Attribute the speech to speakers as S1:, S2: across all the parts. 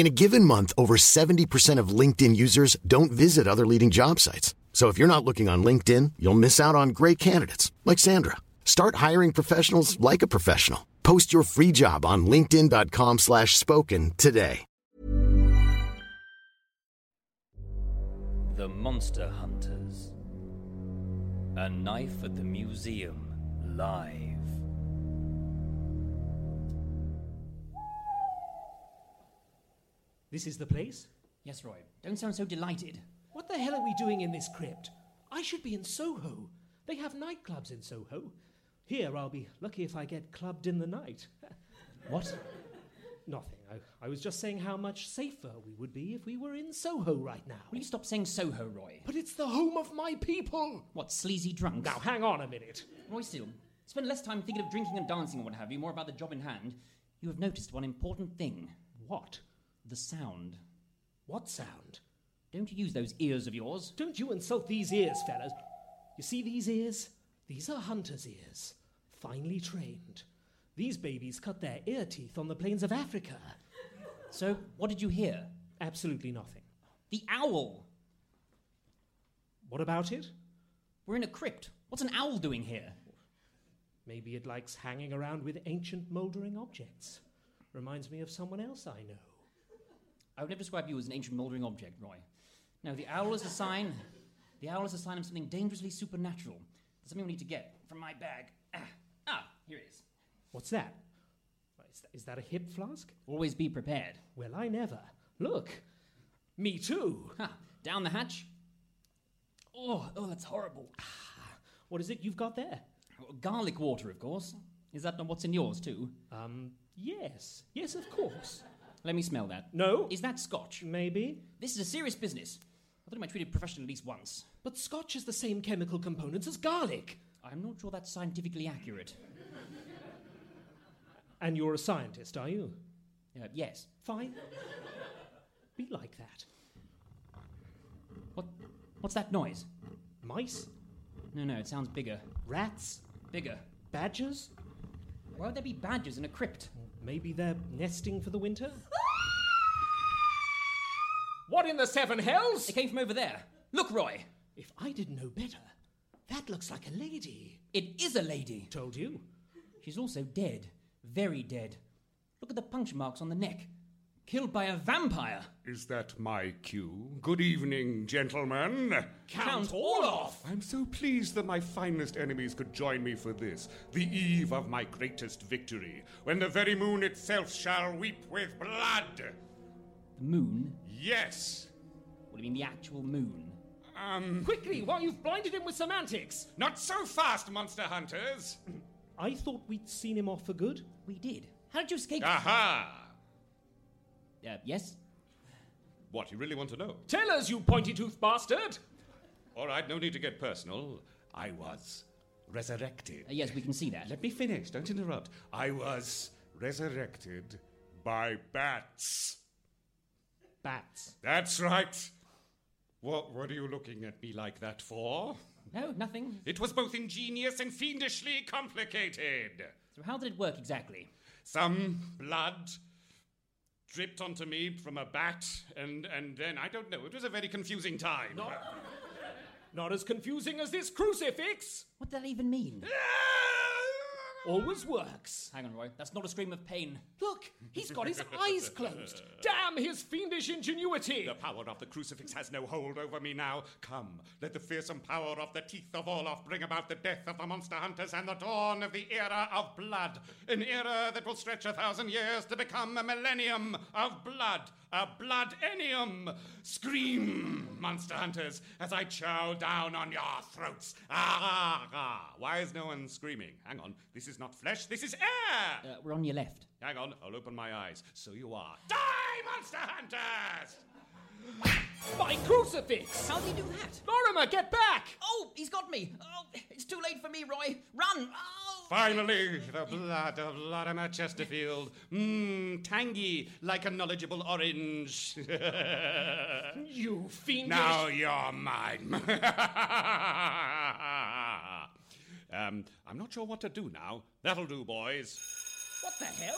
S1: In a given month, over 70% of LinkedIn users don't visit other leading job sites. So if you're not looking on LinkedIn, you'll miss out on great candidates like Sandra. Start hiring professionals like a professional. Post your free job on linkedin.com/spoken slash spoken today.
S2: The Monster Hunters. A Knife at the Museum Live.
S3: This is the place?
S4: Yes, Roy. Don't sound so delighted.
S3: What the hell are we doing in this crypt? I should be in Soho. They have nightclubs in Soho. Here, I'll be lucky if I get clubbed in the night. what? Nothing. I, I was just saying how much safer we would be if we were in Soho right now.
S4: Will you stop saying Soho, Roy?
S3: But it's the home of my people!
S4: What, sleazy drunks?
S3: Now, hang on a minute.
S4: Roy Seal, spend less time thinking of drinking and dancing and what have you, more about the job in hand. You have noticed one important thing
S3: What?
S4: the sound.
S3: What sound?
S4: Don't you use those ears of yours?
S3: Don't you insult these ears, fellas. You see these ears? These are hunter's ears, finely trained. These babies cut their ear teeth on the plains of Africa.
S4: So, what did you hear?
S3: Absolutely nothing.
S4: The owl!
S3: What about it?
S4: We're in a crypt. What's an owl doing here?
S3: Maybe it likes hanging around with ancient mouldering objects. Reminds me of someone else I know.
S4: I would never describe you as an ancient mouldering object, Roy. No, the owl is a sign. The owl is a sign of something dangerously supernatural. There's something we need to get from my bag. Ah, ah here it is.
S3: What's that? Is, that? is that a hip flask?
S4: Always be prepared.
S3: Well, I never. Look! Me too!
S4: Ha! Down the hatch. Oh, oh, that's horrible.
S3: What is it you've got there?
S4: Garlic water, of course. Is that not what's in yours too?
S3: Um, yes. Yes, of course.
S4: Let me smell that.
S3: No?
S4: Is that scotch?
S3: Maybe.
S4: This is a serious business. I think I treated professionally at least once.
S3: But scotch has the same chemical components as garlic.
S4: I'm not sure that's scientifically accurate.
S3: And you're a scientist, are you?
S4: Uh, yes.
S3: Fine. Be like that.
S4: What? What's that noise?
S3: Mice?
S4: No, no, it sounds bigger.
S3: Rats?
S4: Bigger.
S3: Badgers?
S4: Why would there be badgers in a crypt?
S3: Maybe they're nesting for the winter? what in the seven hells?
S4: It came from over there. Look, Roy.
S3: If I didn't know better, that looks like a lady.
S4: It is a lady.
S3: Told you.
S4: She's also dead. Very dead. Look at the puncture marks on the neck. Killed by a vampire.
S5: Is that my cue? Good evening, gentlemen.
S4: Count Orloff!
S5: I'm so pleased that my finest enemies could join me for this, the eve of my greatest victory, when the very moon itself shall weep with blood.
S4: The moon?
S5: Yes.
S4: What do you mean, the actual moon?
S5: Um,
S3: Quickly, while you've blinded him with semantics!
S5: not so fast, monster hunters.
S3: I thought we'd seen him off for good.
S4: We did. How did you escape?
S5: Uh-huh. Aha!
S4: Uh, yes?
S5: What, you really want to know?
S3: Tell us, you pointy toothed bastard!
S5: All right, no need to get personal. I was resurrected.
S4: Uh, yes, we can see that.
S5: Let me finish, don't interrupt. I was resurrected by bats.
S3: Bats.
S5: That's right. What, what are you looking at me like that for?
S4: No, nothing.
S5: It was both ingenious and fiendishly complicated.
S4: So, how did it work exactly?
S5: Some blood dripped onto me from a bat, and, and then I don't know. It was a very confusing time.
S3: Not as confusing as this crucifix! Oh,
S4: What did that even mean?
S3: Always works.
S4: Hang on, Roy. That's not a scream of pain.
S3: Look, he's got his eyes closed. Damn his fiendish ingenuity.
S5: The power of the crucifix has no hold over me now. Come, let the fearsome power of the teeth of Olaf bring about the death of the monster hunters and the dawn of the era of blood. An era that will stretch a thousand years to become a millennium of blood, a blood ennium. Scream, monster hunters, as I chow down on your throats. Ah, ah, ah. Why is no one screaming? Hang on, this is not flesh, this is air.
S4: Uh, we're on your left.
S5: Hang on, I'll open my eyes. So you are. Die, monster hunters!
S3: My crucifix.
S4: How do you do that?
S3: Lorimer, get back.
S4: Oh, he's got me. Oh, it's too late for me, Roy. Run. Oh.
S5: Finally, the blood of Lorimer Chesterfield. Mmm, tangy like a knowledgeable orange.
S3: You fiendish.
S5: now you're mine. um, I'm not sure what to do now. That'll do, boys.
S3: What the hell?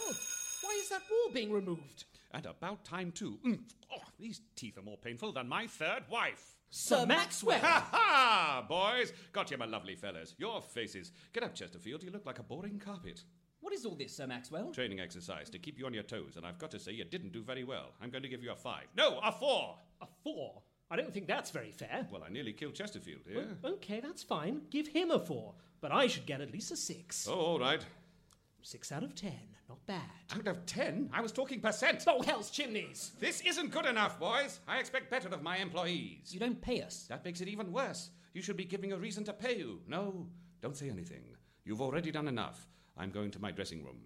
S3: Why is that wall being removed?
S5: And about time, too. Mm. Oh, these teeth are more painful than my third wife.
S3: Sir Maxwell.
S5: Ha ha! Boys, got you, my lovely fellas. Your faces. Get up, Chesterfield. You look like a boring carpet.
S4: What is all this, Sir Maxwell?
S5: Training exercise to keep you on your toes, and I've got to say you didn't do very well. I'm going to give you a five. No, a four.
S3: A four. I don't think that's very fair.
S5: Well, I nearly killed Chesterfield here.
S3: Okay, that's fine. Give him a four. But I should get at least a six.
S5: Oh, all right.
S3: Six out of ten. Not bad.
S5: Out of ten, I was talking percent.
S3: Oh, hell's chimneys.
S5: This isn't good enough, boys. I expect better of my employees.
S4: You don't pay us.
S5: That makes it even worse. You should be giving a reason to pay you. No, don't say anything. You've already done enough. I'm going to my dressing room.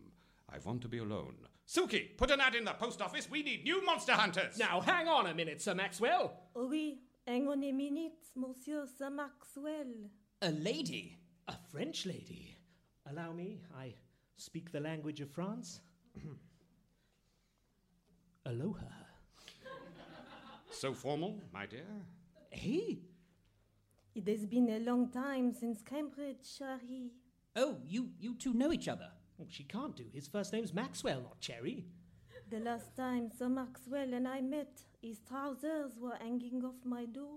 S5: I want to be alone. Suki, put an ad in the post office. We need new monster hunters.
S3: Now, hang on a minute, Sir Maxwell.
S6: Oui, hang on a minute, Monsieur Sir Maxwell.
S4: A lady?
S3: A French lady. Allow me, I speak the language of France. Aloha.
S5: So formal, my dear.
S3: Hey,
S6: It has been a long time since Cambridge, Harry.
S4: Oh, you you two know each other.
S3: Oh, she can't do. His first name's Maxwell, not Cherry.
S6: The last time Sir Maxwell and I met, his trousers were hanging off my door.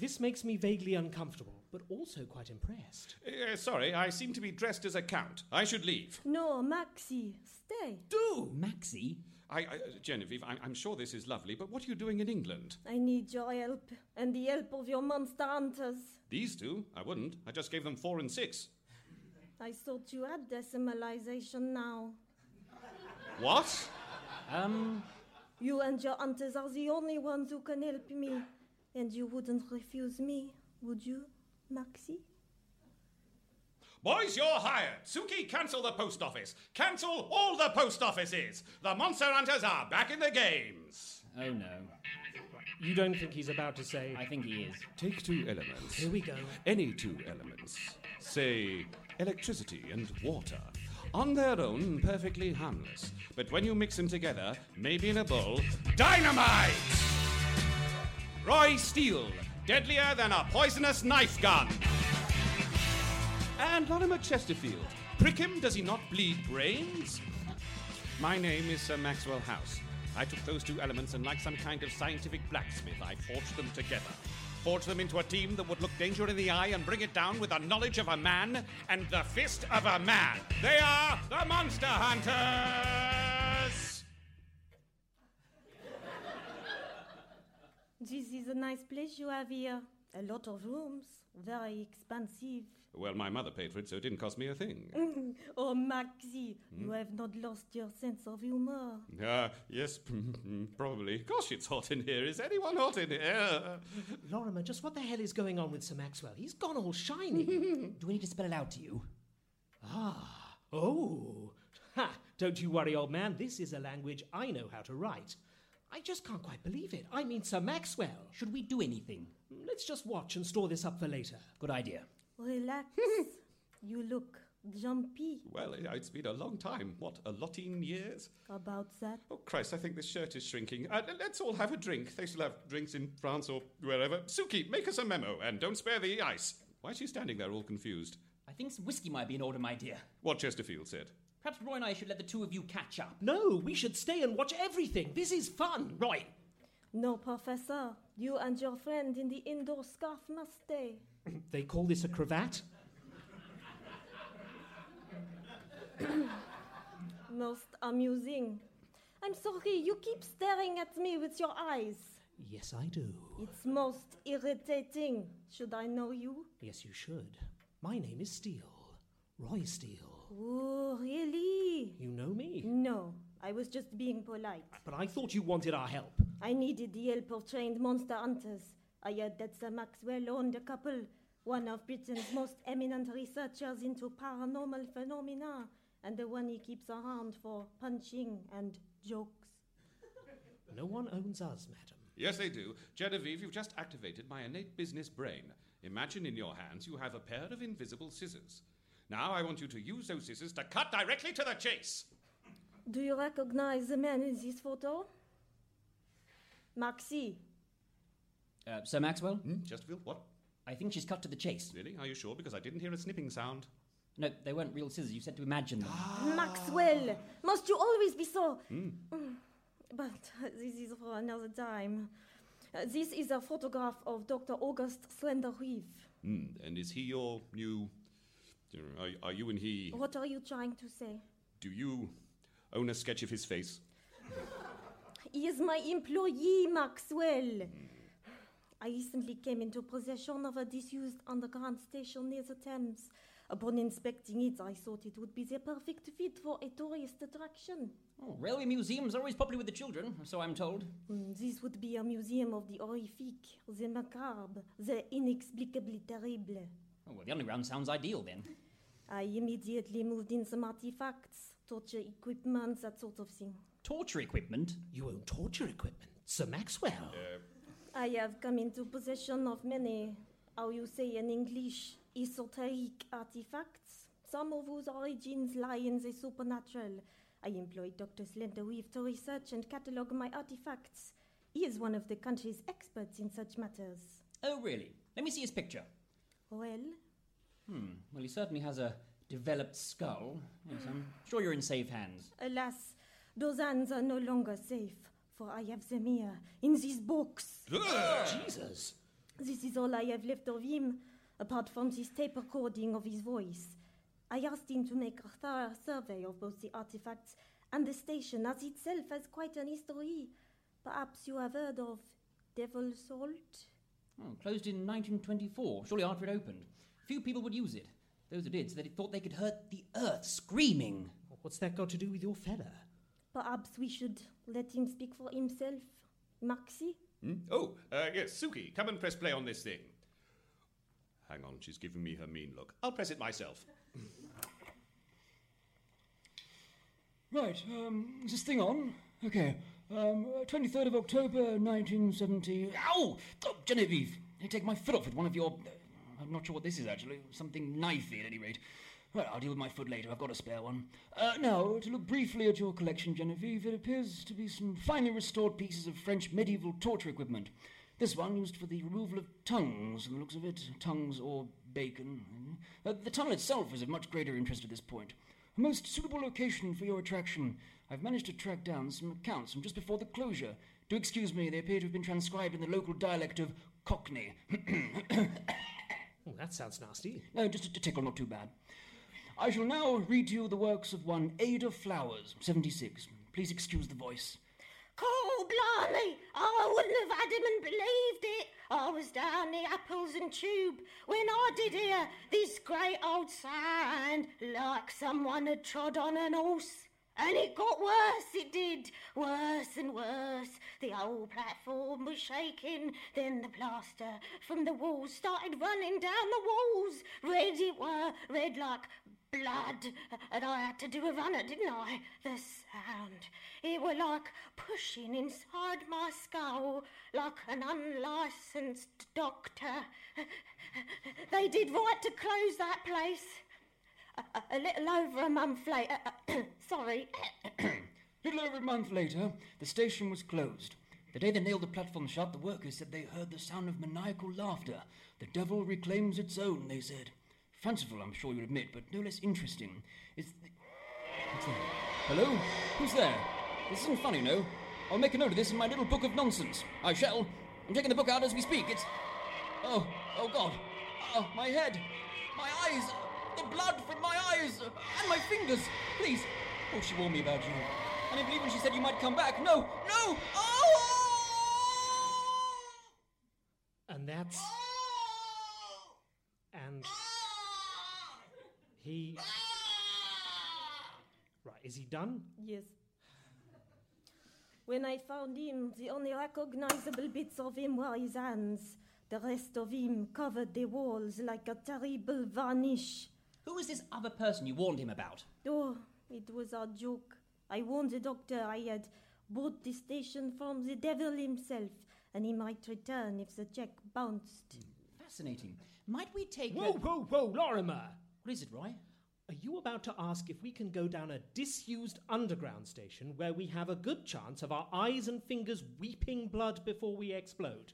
S3: This makes me vaguely uncomfortable, but also quite impressed.
S5: Eh, sorry, I seem to be dressed as a count. I should leave.
S6: no, Maxie, stay.
S4: Do Maxie?
S5: I, I, Genevieve, I, I'm sure this is lovely, but what are you doing in England?
S6: I need your help and the help of your monster hunters.
S5: These two? I wouldn't. I just gave them four and six.
S6: I thought you had decimalization now.
S5: What?
S4: Um,
S6: You and your hunters are the only ones who can help me. And you wouldn't refuse me, would you, Maxie?
S5: Boys, you're hired. Suki, cancel the post office. Cancel all the post offices. The monster hunters are back in the games.
S4: oh no.
S3: You don't think he's about to say,
S4: I think he is.
S5: Take two elements.
S3: Here we go.
S5: Any two elements. Say, electricity and water. On their own, perfectly harmless. But when you mix them together, maybe in a bowl, dynamite! Roy Steele, deadlier than a poisonous knife gun. And Lorimer Chesterfield, prick him, does he not bleed brains? My name is Sir Maxwell House. I took those two elements and, like some kind of scientific blacksmith, I forged them together. Forged them into a team that would look danger in the eye and bring it down with the knowledge of a man and the fist of a man. They are the Monster Hunters!
S6: This is a nice place you have here. A lot of rooms, very expensive.
S5: Well, my mother paid for it, so it didn't cost me a thing.
S6: Oh, Maxie, you have not lost your sense of humor.
S5: Ah, yes, probably. Gosh, it's hot in here. Is anyone hot in here?
S3: Lorimer, just what the hell is going on with Sir Maxwell? He's gone all shiny.
S4: Do we need to spell it out to you?
S3: Ah, oh, ha! Don't you worry, old man. This is a language I know how to write. I just can't quite believe it. I mean, Sir Maxwell.
S4: Should we do anything?
S3: Let's just watch and store this up for later.
S4: Good idea.
S6: Relax. you look jumpy
S5: Well, it's been a long time. What, a lotteen years?
S6: about that.
S5: Oh, Christ, I think this shirt is shrinking. Uh, let's all have a drink. They still have drinks in France or wherever. Suki, make us a memo and don't spare the ice. Why is she standing there all confused?
S4: I think some whiskey might be in order, my dear.
S5: What Chesterfield said.
S4: Perhaps Roy and I should let the two of you catch up.
S3: No, we should stay and watch everything. This is fun.
S4: Roy,
S6: No, Professor. You and your friend in the indoor scarf must stay.
S3: They call this a cravat?
S6: Most amusing. I'm sorry, you keep staring at me with your eyes.
S3: Yes, I do.
S6: It's most irritating. Should I know you?
S3: Yes, you should. My name is Steele. Roy Steele.
S6: Oh, really?
S3: You know me?
S6: No, I was just being polite.
S3: But I thought you wanted our help.
S6: I needed the help of trained monster hunters. I heard that Sir Maxwell owned a couple, one of Britain's most eminent researchers into paranormal phenomena, and the one he keeps around for punching and jokes.
S3: No one owns us, madam.
S5: Yes, they do. Genevieve, you've just activated my innate business brain. Imagine in your hands you have a pair of invisible scissors. Now I want you to use those scissors to cut directly to the chase.
S6: Do you recognize the man in this photo? Maxie,
S4: Uh, Sir Maxwell?
S5: Hmm? Chesterfield, what?
S4: I think she's cut to the chase.
S5: Really? Are you sure? Because I didn't hear a snipping sound.
S4: No, they weren't real scissors. You said to imagine them.
S3: Ah.
S6: Maxwell, must you always be so? Mm, But uh, this is for another time. Uh, this is a photograph of Dr. August Slender Reeve.
S5: Hmm. And is he your new. Are, are you and he.
S6: What are you trying to say?
S5: Do you own a sketch of his face?
S6: He is my employee, Maxwell. I recently came into possession of a disused underground station near the Thames. Upon inspecting it, I thought it would be the perfect fit for a tourist attraction.
S4: Oh, railway museums are always popular with the children, so I'm told.
S6: Mm, This would be a museum of the horrific, the macabre, the inexplicably terrible.
S4: Oh, well, the underground sounds ideal then.
S6: I immediately moved in some artifacts, torture equipment, that sort of thing.
S4: Torture equipment?
S3: You own torture equipment? Sir Maxwell?
S6: I have come into possession of many, how you say in English, esoteric artifacts, some of whose origins lie in the supernatural. I employed Dr. Slenderweave to research and catalogue my artifacts. He is one of the country's experts in such matters.
S4: Oh, really? Let me see his picture.
S6: Well,
S4: Hmm. Well, he certainly has a developed skull. Yes, I'm sure you're in safe hands.
S6: Alas, those hands are no longer safe, for I have them here, in this box.
S3: Jesus.
S6: This is all I have left of him, apart from this tape recording of his voice. I asked him to make a thorough survey of both the artifacts and the station, as itself has quite an history. Perhaps you have heard of Devil Salt?
S4: Oh, closed in 1924, shortly after it opened. Few people would use it. Those who did said that it thought they could hurt the earth screaming.
S3: What's that got to do with your fella?
S6: Perhaps we should let him speak for himself. Maxi?
S5: Hmm? Oh, uh, yes, Suki, come and press play on this thing. Hang on, she's giving me her mean look. I'll press it myself.
S7: Right, um, is this thing on? Okay, um, uh, 23rd of October 1970. Ow! Oh, Genevieve, you take my foot off with one of your. uh, I'm not sure what this is actually, something knifey at any rate. Well, I'll deal with my foot later, I've got a spare one. Uh, now, to look briefly at your collection, Genevieve, it appears to be some finely restored pieces of French medieval torture equipment. This one used for the removal of tongues, from the looks of it, tongues or bacon. Uh, the tunnel itself is of much greater interest at this point. A most suitable location for your attraction. I've managed to track down some accounts from just before the closure. Do excuse me, they appear to have been transcribed in the local dialect of Cockney.
S3: Oh, that sounds nasty.
S7: no, Uh, just a t- tickle, not too bad. I shall now read to you the works of one Ada Flowers, 76. Please excuse the voice.
S8: Oh, blimey! Oh, I wouldn't have had him and believed it. I was down the apples and tube when I did hear this great old sound like someone had trod on an horse. And it got worse, it did. Worse and worse. The whole platform was shaking. Then the plaster from the walls started running down the walls. Red it were, red like blood. And I had to do a runner, didn't I? The sound. It were like pushing inside my skull, like an unlicensed doctor. They did right to close that place. A, a- a little over a month later. sorry.
S7: little over a month later, the station was closed. The day they nailed the platform shut, the workers said they heard the sound of maniacal laughter. The devil reclaims its own, they said. Fanciful, I'm sure you'll admit, but no less interesting. It's. The... What's that? Hello? Who's there? This isn't funny, no? I'll make a note of this in my little book of nonsense. I shall. I'm taking the book out as we speak. It's. Oh, oh God. Oh, my head. My eyes. The blood from my eyes. And my fingers. Please. Oh, she warned me about you. And I believe when she said you might come back. No, no! Oh!
S3: And that's. And. He. Right, is he done?
S6: Yes. When I found him, the only recognizable bits of him were his hands. The rest of him covered the walls like a terrible varnish.
S4: Who is this other person you warned him about?
S6: Oh, it was a joke. I warned the doctor I had bought the station from the devil himself, and he might return if the check bounced.
S4: Fascinating. Might we take.
S3: Whoa,
S4: a-
S3: whoa, whoa, Lorimer!
S4: What is it, Roy?
S3: Are you about to ask if we can go down a disused underground station where we have a good chance of our eyes and fingers weeping blood before we explode?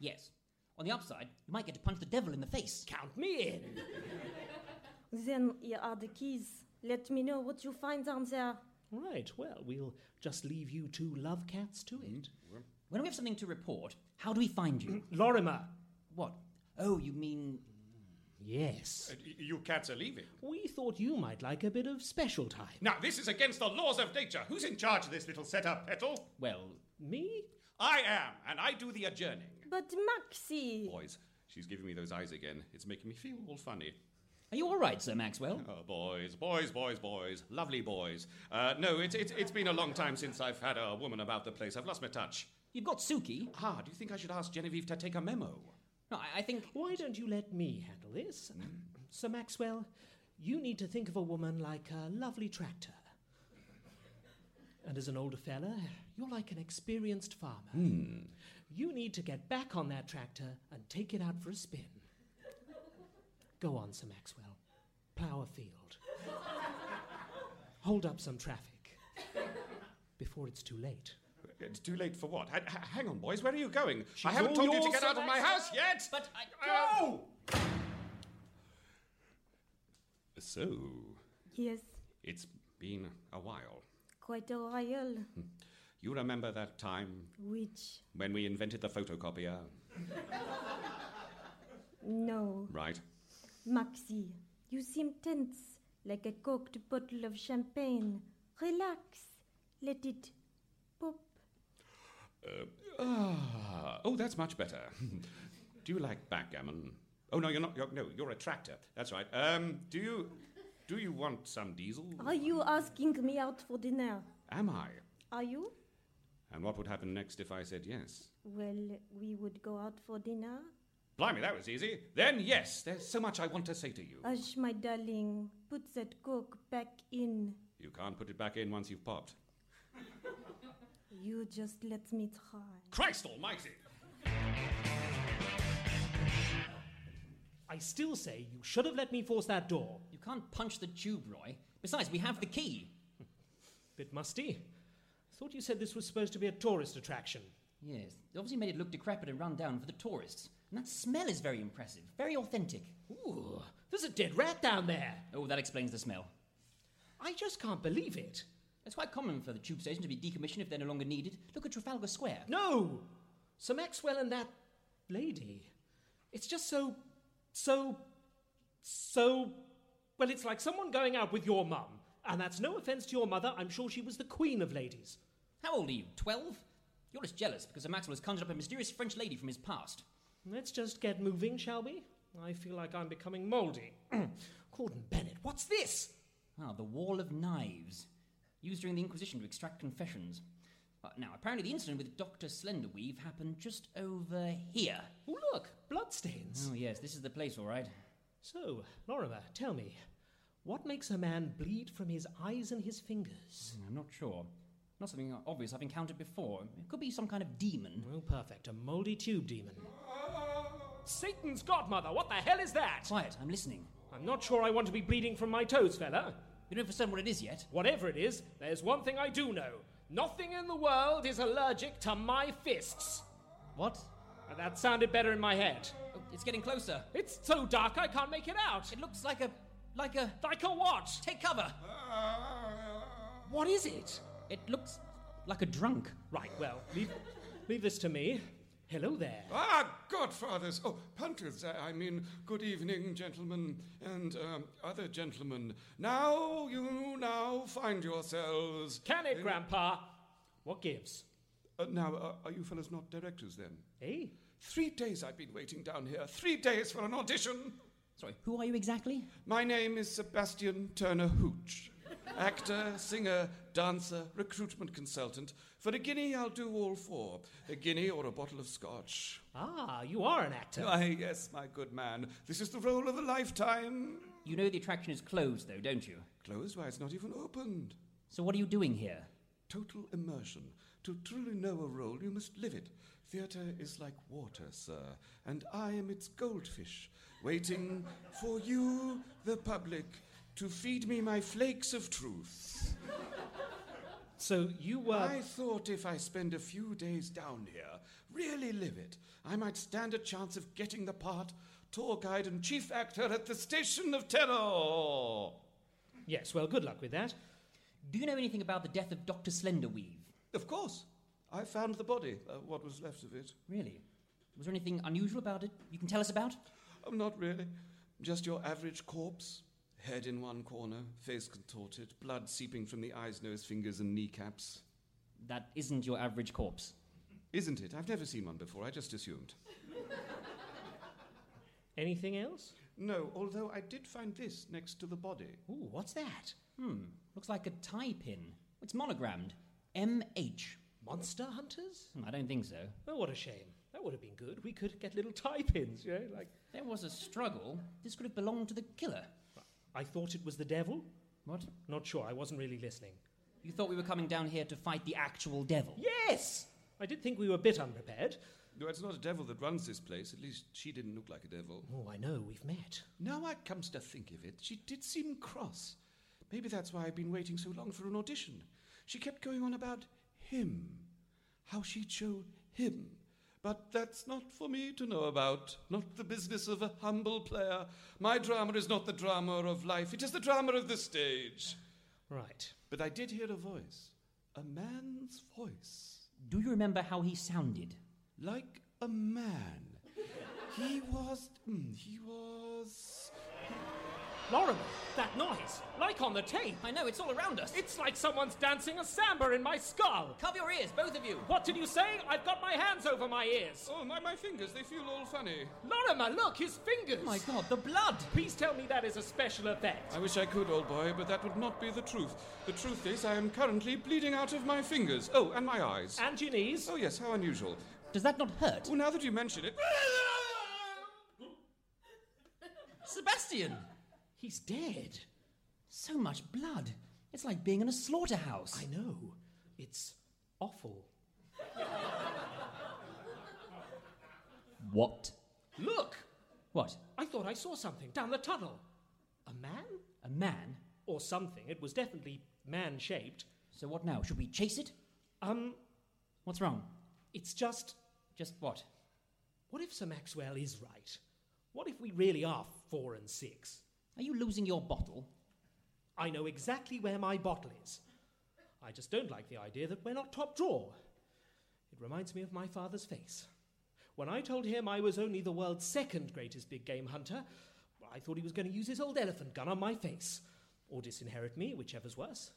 S4: Yes. On the upside, you might get to punch the devil in the face.
S3: Count me in.
S6: Then here are the keys. Let me know what you find down there.
S3: Right, well, we'll just leave you two love cats to it.
S4: When we have something to report, how do we find you?
S7: Hmm?
S3: Lorimer!
S4: What? Oh, you mean.
S3: Yes.
S5: you cats are leaving.
S3: We thought you might like a bit of special time.
S5: Now, this is against the laws of nature. Who's in charge of this little setup, Petal?
S4: Well,
S3: me?
S5: I am, and I do the adjourning.
S6: But Maxie!
S5: Boys, she's giving me those eyes again. It's making me feel all funny.
S4: Are you all right, Sir Maxwell?
S5: Oh, boys, boys, boys, boys. Lovely boys. Uh, no, it's, it's, it's been a long time since I've had a woman about the place. I've lost my touch.
S4: You've got Suki.
S5: Ah, do you think I should ask Genevieve to take a memo?
S4: No, I, I think.
S3: Why don't you let me handle this? Sir Maxwell, you need to think of a woman like a lovely tractor. And as an older fella, you're like an experienced farmer. You need to get back on that tractor and take it out for a spin. Go on, Sir Maxwell. Plough a field. Hold up some traffic before it's too late.
S5: It's too late for what? Ha- ha- hang on, boys, where are you going? I
S3: all
S5: haven't told you to
S3: yours,
S5: get
S3: Sir
S5: out of my
S3: Maxwell.
S5: house yet!
S4: But I.
S5: Go! So,
S6: Yes,
S5: it's been a while.
S6: quite a while.
S5: You remember that time
S6: Which?
S5: when we invented the photocopier?
S6: No.
S5: Right.
S6: Maxie, you seem tense, like a corked bottle of champagne. Relax. Let it pop.
S5: Uh, ah, oh, that's much better. do you like backgammon? Oh no, you're not. You're, no, you're a tractor. That's right. Um, do you do you want some diesel?
S6: Are you asking me out for dinner?
S5: Am I?
S6: Are you?
S5: And what would happen next if I said yes?
S6: Well, we would go out for dinner.
S5: Blimey, that was easy. Then yes, there's so much I want to say to you.
S6: Ash, my darling, put that cork back in.
S5: You can't put it back in once you've popped.
S6: You just let me try.
S5: Christ Almighty!
S3: I still say you should have let me force that door.
S4: You can't punch the tube, Roy. Besides, we have the key.
S3: Bit musty. Thought you said this was supposed to be a tourist attraction.
S4: Yes, they obviously made it look decrepit and run down for the tourists. And that smell is very impressive, very authentic.
S3: Ooh, there's a dead rat down there.
S4: Oh, that explains the smell.
S3: I just can't believe it.
S4: It's quite common for the tube station to be decommissioned if they're no longer needed. Look at Trafalgar Square.
S3: No! Sir Maxwell and that lady. It's just so. so. so. Well, it's like someone going out with your mum. And that's no offence to your mother, I'm sure she was the queen of ladies.
S4: How old are you? Twelve? You're just jealous because Sir Maxwell has conjured up a mysterious French lady from his past.
S3: Let's just get moving, shall we? I feel like I'm becoming mouldy. Gordon Bennett, what's this?
S4: Ah, the Wall of Knives, used during the Inquisition to extract confessions. Uh, now, apparently, the incident with Dr. Slenderweave happened just over here.
S3: Oh, look, bloodstains.
S4: Oh, yes, this is the place, all right.
S3: So, Lorimer, tell me, what makes a man bleed from his eyes and his fingers?
S4: I'm not sure. Not something obvious I've encountered before. It could be some kind of demon.
S3: Oh, perfect, a mouldy tube demon. Satan's godmother, what the hell is that?
S4: Quiet, I'm listening.
S3: I'm not sure I want to be bleeding from my toes, fella.
S4: You don't know for certain what it is yet.
S3: Whatever it is, there's one thing I do know nothing in the world is allergic to my fists.
S4: What?
S3: And that sounded better in my head.
S4: Oh, it's getting closer.
S3: It's so dark I can't make it out.
S4: It looks like a. like a.
S3: Like a what?
S4: Take cover!
S5: Ah,
S3: What is it?
S4: It looks like a drunk.
S3: Right, well, leave, leave this to me. Hello there.
S5: Ah, godfathers! Oh, punters, I I mean, good evening, gentlemen, and um, other gentlemen. Now you now find yourselves.
S3: Can it, Grandpa? What gives?
S5: Uh, now, uh, are you fellas not directors then?
S3: Eh?
S5: Three days I've been waiting down here. Three days for an audition.
S4: Sorry, who are you exactly?
S5: My name is Sebastian Turner Hooch. Actor, singer, dancer, recruitment consultant. For a guinea, I'll do all four a guinea or a bottle of scotch.
S3: Ah, you are an actor.
S5: Why, yes, my good man. This is the role of a lifetime.
S4: You know the attraction is closed, though, don't you?
S5: Closed? Why, it's not even opened.
S4: So what are you doing here?
S5: Total immersion. To truly know a role, you must live it. Theatre is like water, sir, and I am its goldfish, waiting for you, the public, to feed me my flakes of truth.
S3: So you uh, were.
S5: I thought if I spend a few days down here, really live it, I might stand a chance of getting the part, tour guide and chief actor at the Station of Terror.
S3: Yes, well, good luck with that.
S4: Do you know anything about the death of Dr. Slenderweave?
S5: Of course. I found the body, uh, what was left of it.
S4: Really? Was there anything unusual about it you can tell us about?
S5: Oh, not really. Just your average corpse. Head in one corner, face contorted, blood seeping from the eyes, nose, fingers, and kneecaps.
S4: That isn't your average corpse.
S5: Isn't it? I've never seen one before. I just assumed.
S3: Anything else?
S5: No, although I did find this next to the body.
S4: Ooh, what's that? Hmm, looks like a tie pin. It's monogrammed. M.H.
S3: Monster hunters?
S4: Hmm, I don't think so.
S3: Oh, what a shame. That would have been good. We could get little tie pins, you know, like.
S4: There was a struggle. This could have belonged to the killer.
S3: I thought it was the devil.
S4: What?
S3: Not sure. I wasn't really listening.
S4: You thought we were coming down here to fight the actual devil?
S3: Yes! I did think we were a bit unprepared.
S5: No, it's not a devil that runs this place. At least she didn't look like a devil.
S3: Oh, I know. We've met.
S5: Now I comes to think of it, she did seem cross. Maybe that's why I've been waiting so long for an audition. She kept going on about him, how she'd show him. But that's not for me to know about, not the business of a humble player. My drama is not the drama of life, it is the drama of the stage.
S3: Right.
S5: But I did hear a voice, a man's voice,
S4: Do you remember how he sounded?
S5: like a man. he was. mm, He was.
S3: Lorimer, that noise! Like on the tape!
S4: I know, it's all around us.
S3: It's like someone's dancing a samba in my skull!
S4: Cover your ears, both of you.
S3: What did you say? I've got my hands over my ears!
S5: Oh, my, my fingers, they feel all funny.
S3: Lorimer, look, his fingers!
S4: Oh my god, the blood!
S3: Please tell me that is a special effect.
S5: I wish I could, old boy, but that would not be the truth. The truth is, I am currently bleeding out of my fingers. Oh, and my eyes.
S3: And your knees.
S5: Oh, yes, how unusual.
S4: Does that not hurt?
S5: Well, now that you mention it.
S4: Sebastian!
S3: He's dead.
S4: So much blood. It's like being in a slaughterhouse.
S3: I know. It's awful.
S4: What?
S3: Look!
S4: What?
S3: I thought I saw something down the tunnel. A man?
S4: A man?
S3: Or something. It was definitely man shaped.
S4: So what now? Should we chase it?
S3: Um,
S4: What's wrong?
S3: it's just.
S4: Just what?
S3: What if Sir Maxwell is right? What if we really are four and six?
S4: Are you losing your bottle?
S3: I know exactly where my bottle is. I just don't like the idea that we're not top drawer. It reminds me of my father's face. When I told him I was only the world's second greatest big game hunter, well, I thought he was going to use his old elephant gun on my face. Or disinherit me, whichever's worse.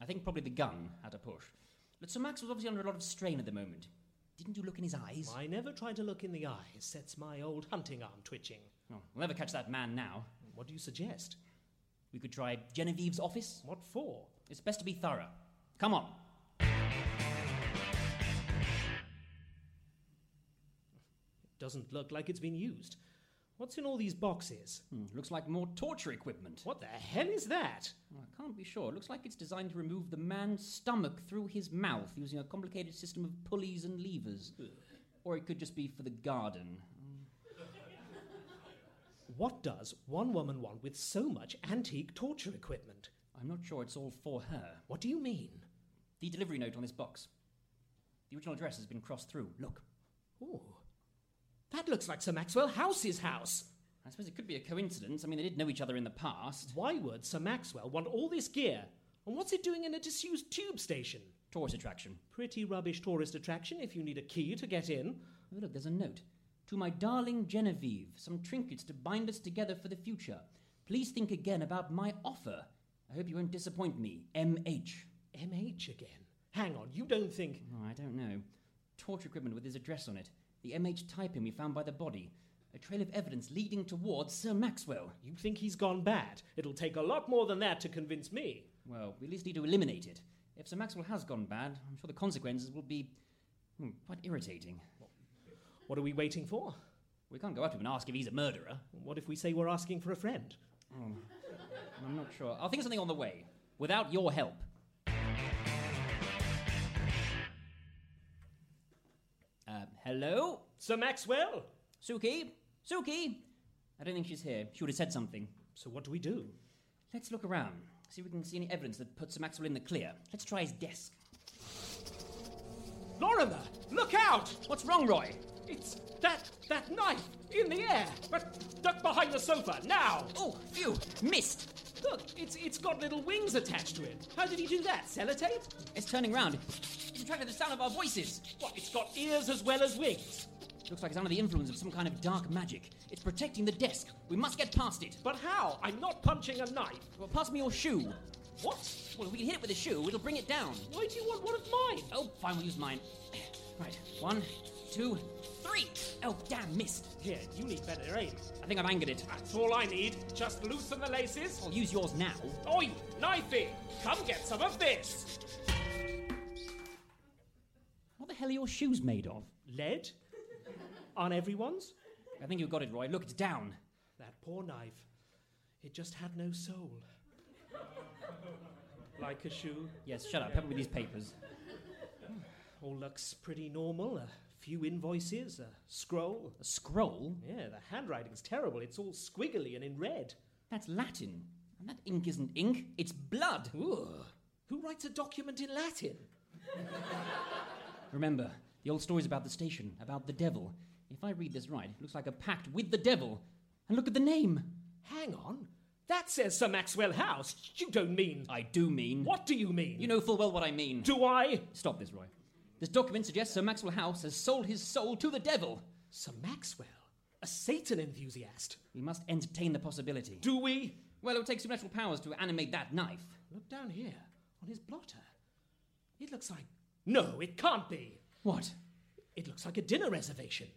S4: I think probably the gun had a push. But Sir Max was obviously under a lot of strain at the moment. Didn't you look in his eyes?
S3: I never try to look in the eyes, sets my old hunting arm twitching.
S4: Oh, we'll never catch that man now.
S3: What do you suggest?
S4: We could try Genevieve's office.
S3: What for?
S4: It's best to be thorough. Come on.
S3: It doesn't look like it's been used. What's in all these boxes?
S4: Hmm, looks like more torture equipment.
S3: What the hell is that?
S4: Well, I can't be sure. It looks like it's designed to remove the man's stomach through his mouth using a complicated system of pulleys and levers. Or it could just be for the garden.
S3: What does one woman want with so much antique torture equipment?
S4: I'm not sure it's all for her.
S3: What do you mean?
S4: The delivery note on this box. The original address has been crossed through. Look.
S3: Ooh. That looks like Sir Maxwell House's house.
S4: I suppose it could be a coincidence. I mean, they did know each other in the past.
S3: Why would Sir Maxwell want all this gear? And what's it doing in a disused tube station?
S4: Tourist attraction.
S3: Pretty rubbish tourist attraction if you need a key to get in.
S4: Oh, look, there's a note. To my darling Genevieve, some trinkets to bind us together for the future. Please think again about my offer. I hope you won't disappoint me. MH.
S3: MH again? Hang on, you don't think.
S4: Oh, I don't know. Torture equipment with his address on it. The MH typing we found by the body. A trail of evidence leading towards Sir Maxwell.
S3: You think he's gone bad? It'll take a lot more than that to convince me.
S4: Well, we at least need to eliminate it. If Sir Maxwell has gone bad, I'm sure the consequences will be hmm, quite irritating.
S3: What are we waiting for?
S4: We can't go up to him and ask if he's a murderer.
S3: What if we say we're asking for a friend?
S4: Oh, I'm not sure. I'll think of something on the way. Without your help. Uh, hello?
S3: Sir Maxwell?
S4: Suki? Suki? I don't think she's here. She would have said something.
S3: So what do we do?
S4: Let's look around. See if we can see any evidence that puts Sir Maxwell in the clear. Let's try his desk.
S3: Lorimer! Look out!
S4: What's wrong, Roy?
S3: It's that that knife in the air! But duck behind the sofa, now!
S4: Oh, phew! Missed!
S3: Look, it's it's got little wings attached to it. How did he do that? Sellotape?
S4: It's turning round. It's attracted the sound of our voices.
S3: What, it's got ears as well as wings?
S4: Looks like it's under the influence of some kind of dark magic. It's protecting the desk. We must get past it.
S3: But how? I'm not punching a knife.
S4: Well, pass me your shoe.
S3: What?
S4: Well, if we can hit it with a shoe, it'll bring it down.
S3: Why do you want one of mine?
S4: Oh, fine, we'll use mine. Right, one, two, three. Oh, damn, missed.
S3: Here, you need better aim.
S4: I think I've angered it.
S3: That's all I need. Just loosen the laces.
S4: I'll use yours now.
S3: Oi, knifey! Come get some of this!
S4: What the hell are your shoes made of?
S3: Lead? Aren't everyone's?
S4: I think you got it, Roy. Look, it's down.
S3: That poor knife. It just had no soul. like a shoe.
S4: Yes, shut up. Help me with these papers.
S3: All looks pretty normal. A few invoices, a scroll.
S4: A scroll?
S3: Yeah, the handwriting's terrible. It's all squiggly and in red.
S4: That's Latin. And that ink isn't ink, it's blood.
S3: Ooh. Who writes a document in Latin?
S4: Remember, the old stories about the station, about the devil. If I read this right, it looks like a pact with the devil. And look at the name.
S3: Hang on. That says Sir Maxwell House. You don't mean.
S4: I do mean.
S3: What do you mean?
S4: You know full well what I mean.
S3: Do I?
S4: Stop this, Roy. This document suggests Sir Maxwell House has sold his soul to the devil.
S3: Sir Maxwell? A Satan enthusiast?
S4: We must entertain the possibility.
S3: Do we?
S4: Well, it would take supernatural powers to animate that knife.
S3: Look down here, on his blotter. It looks like. No, it can't be.
S4: What?
S3: It looks like a dinner reservation.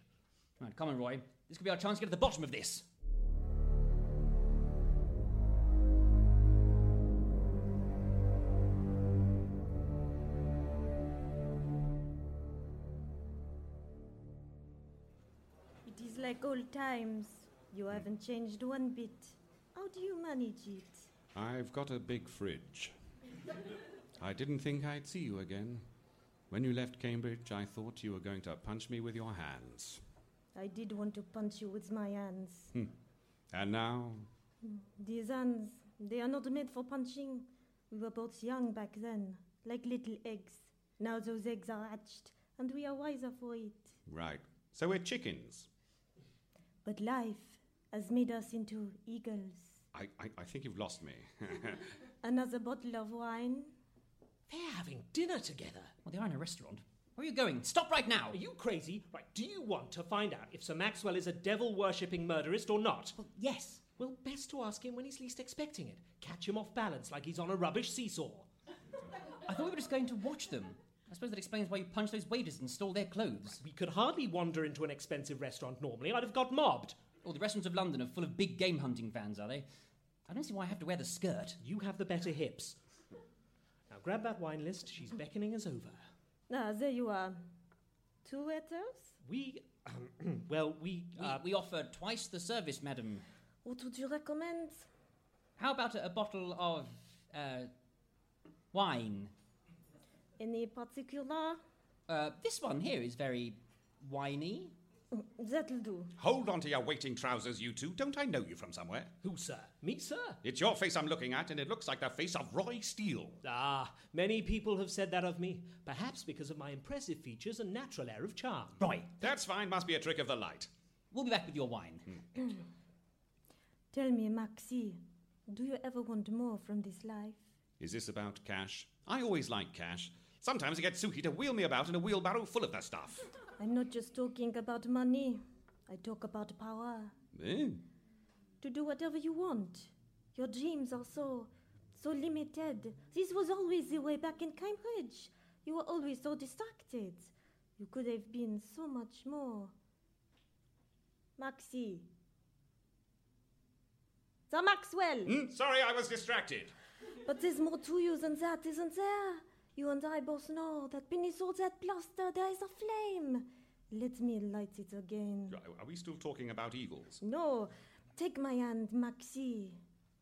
S4: Right, come on, Roy. This could be our chance to get to the bottom of this.
S6: It is like old times. You haven't changed one bit. How do you manage it?
S9: I've got a big fridge. I didn't think I'd see you again. When you left Cambridge, I thought you were going to punch me with your hands.
S6: I did want to punch you with my hands.
S9: Hmm. And now?
S6: These hands, they are not made for punching. We were both young back then, like little eggs. Now those eggs are hatched, and we are wiser for it.
S9: Right. So we're chickens.
S6: But life has made us into eagles.
S9: I, I, I think you've lost me.
S6: Another bottle of wine?
S3: They're having dinner together.
S4: Well, they are in a restaurant. Where are you going? Stop right now!
S3: Are you crazy? Right, do you want to find out if Sir Maxwell is a devil worshipping murderist or not?
S4: Well, yes.
S3: Well, best to ask him when he's least expecting it. Catch him off balance like he's on a rubbish seesaw.
S4: I thought we were just going to watch them. I suppose that explains why you punch those waiters and stole their clothes. Right,
S3: we could hardly wander into an expensive restaurant normally. I'd have got mobbed.
S4: All the restaurants of London are full of big game hunting fans, are they? I don't see why I have to wear the skirt.
S3: You have the better hips. Now grab that wine list. She's beckoning us over.
S6: Ah, there you are. Two waiters?
S3: We, um, well, we, uh,
S4: we, we offer twice the service, madam.
S6: What would you recommend?
S4: How about a, a bottle of uh, wine?
S6: Any particular?
S4: Uh, this one here is very winey.
S6: That'll do.
S9: Hold on to your waiting trousers, you two. Don't I know you from somewhere?
S3: Who, sir? Me, sir?
S9: It's your face I'm looking at, and it looks like the face of Roy Steele.
S3: Ah, many people have said that of me, perhaps because of my impressive features and natural air of charm.
S4: Roy.
S9: That's fine, must be a trick of the light.
S4: We'll be back with your wine.
S6: Mm. Tell me, Maxie, do you ever want more from this life?
S9: Is this about cash? I always like cash. Sometimes I get Suki to wheel me about in a wheelbarrow full of the stuff.
S6: I'm not just talking about money, I talk about power.
S5: Eh?
S6: To do whatever you want. Your dreams are so, so limited. This was always the way back in Cambridge. You were always so distracted. You could have been so much more. Maxie. Sir Maxwell!
S10: Hmm? Sorry, I was distracted.
S6: But there's more to you than that, isn't there? You and I both know that beneath all that plaster there is a flame. Let me light it again.
S10: Are- Are we still talking about eagles?
S6: No, take my hand, Maxie.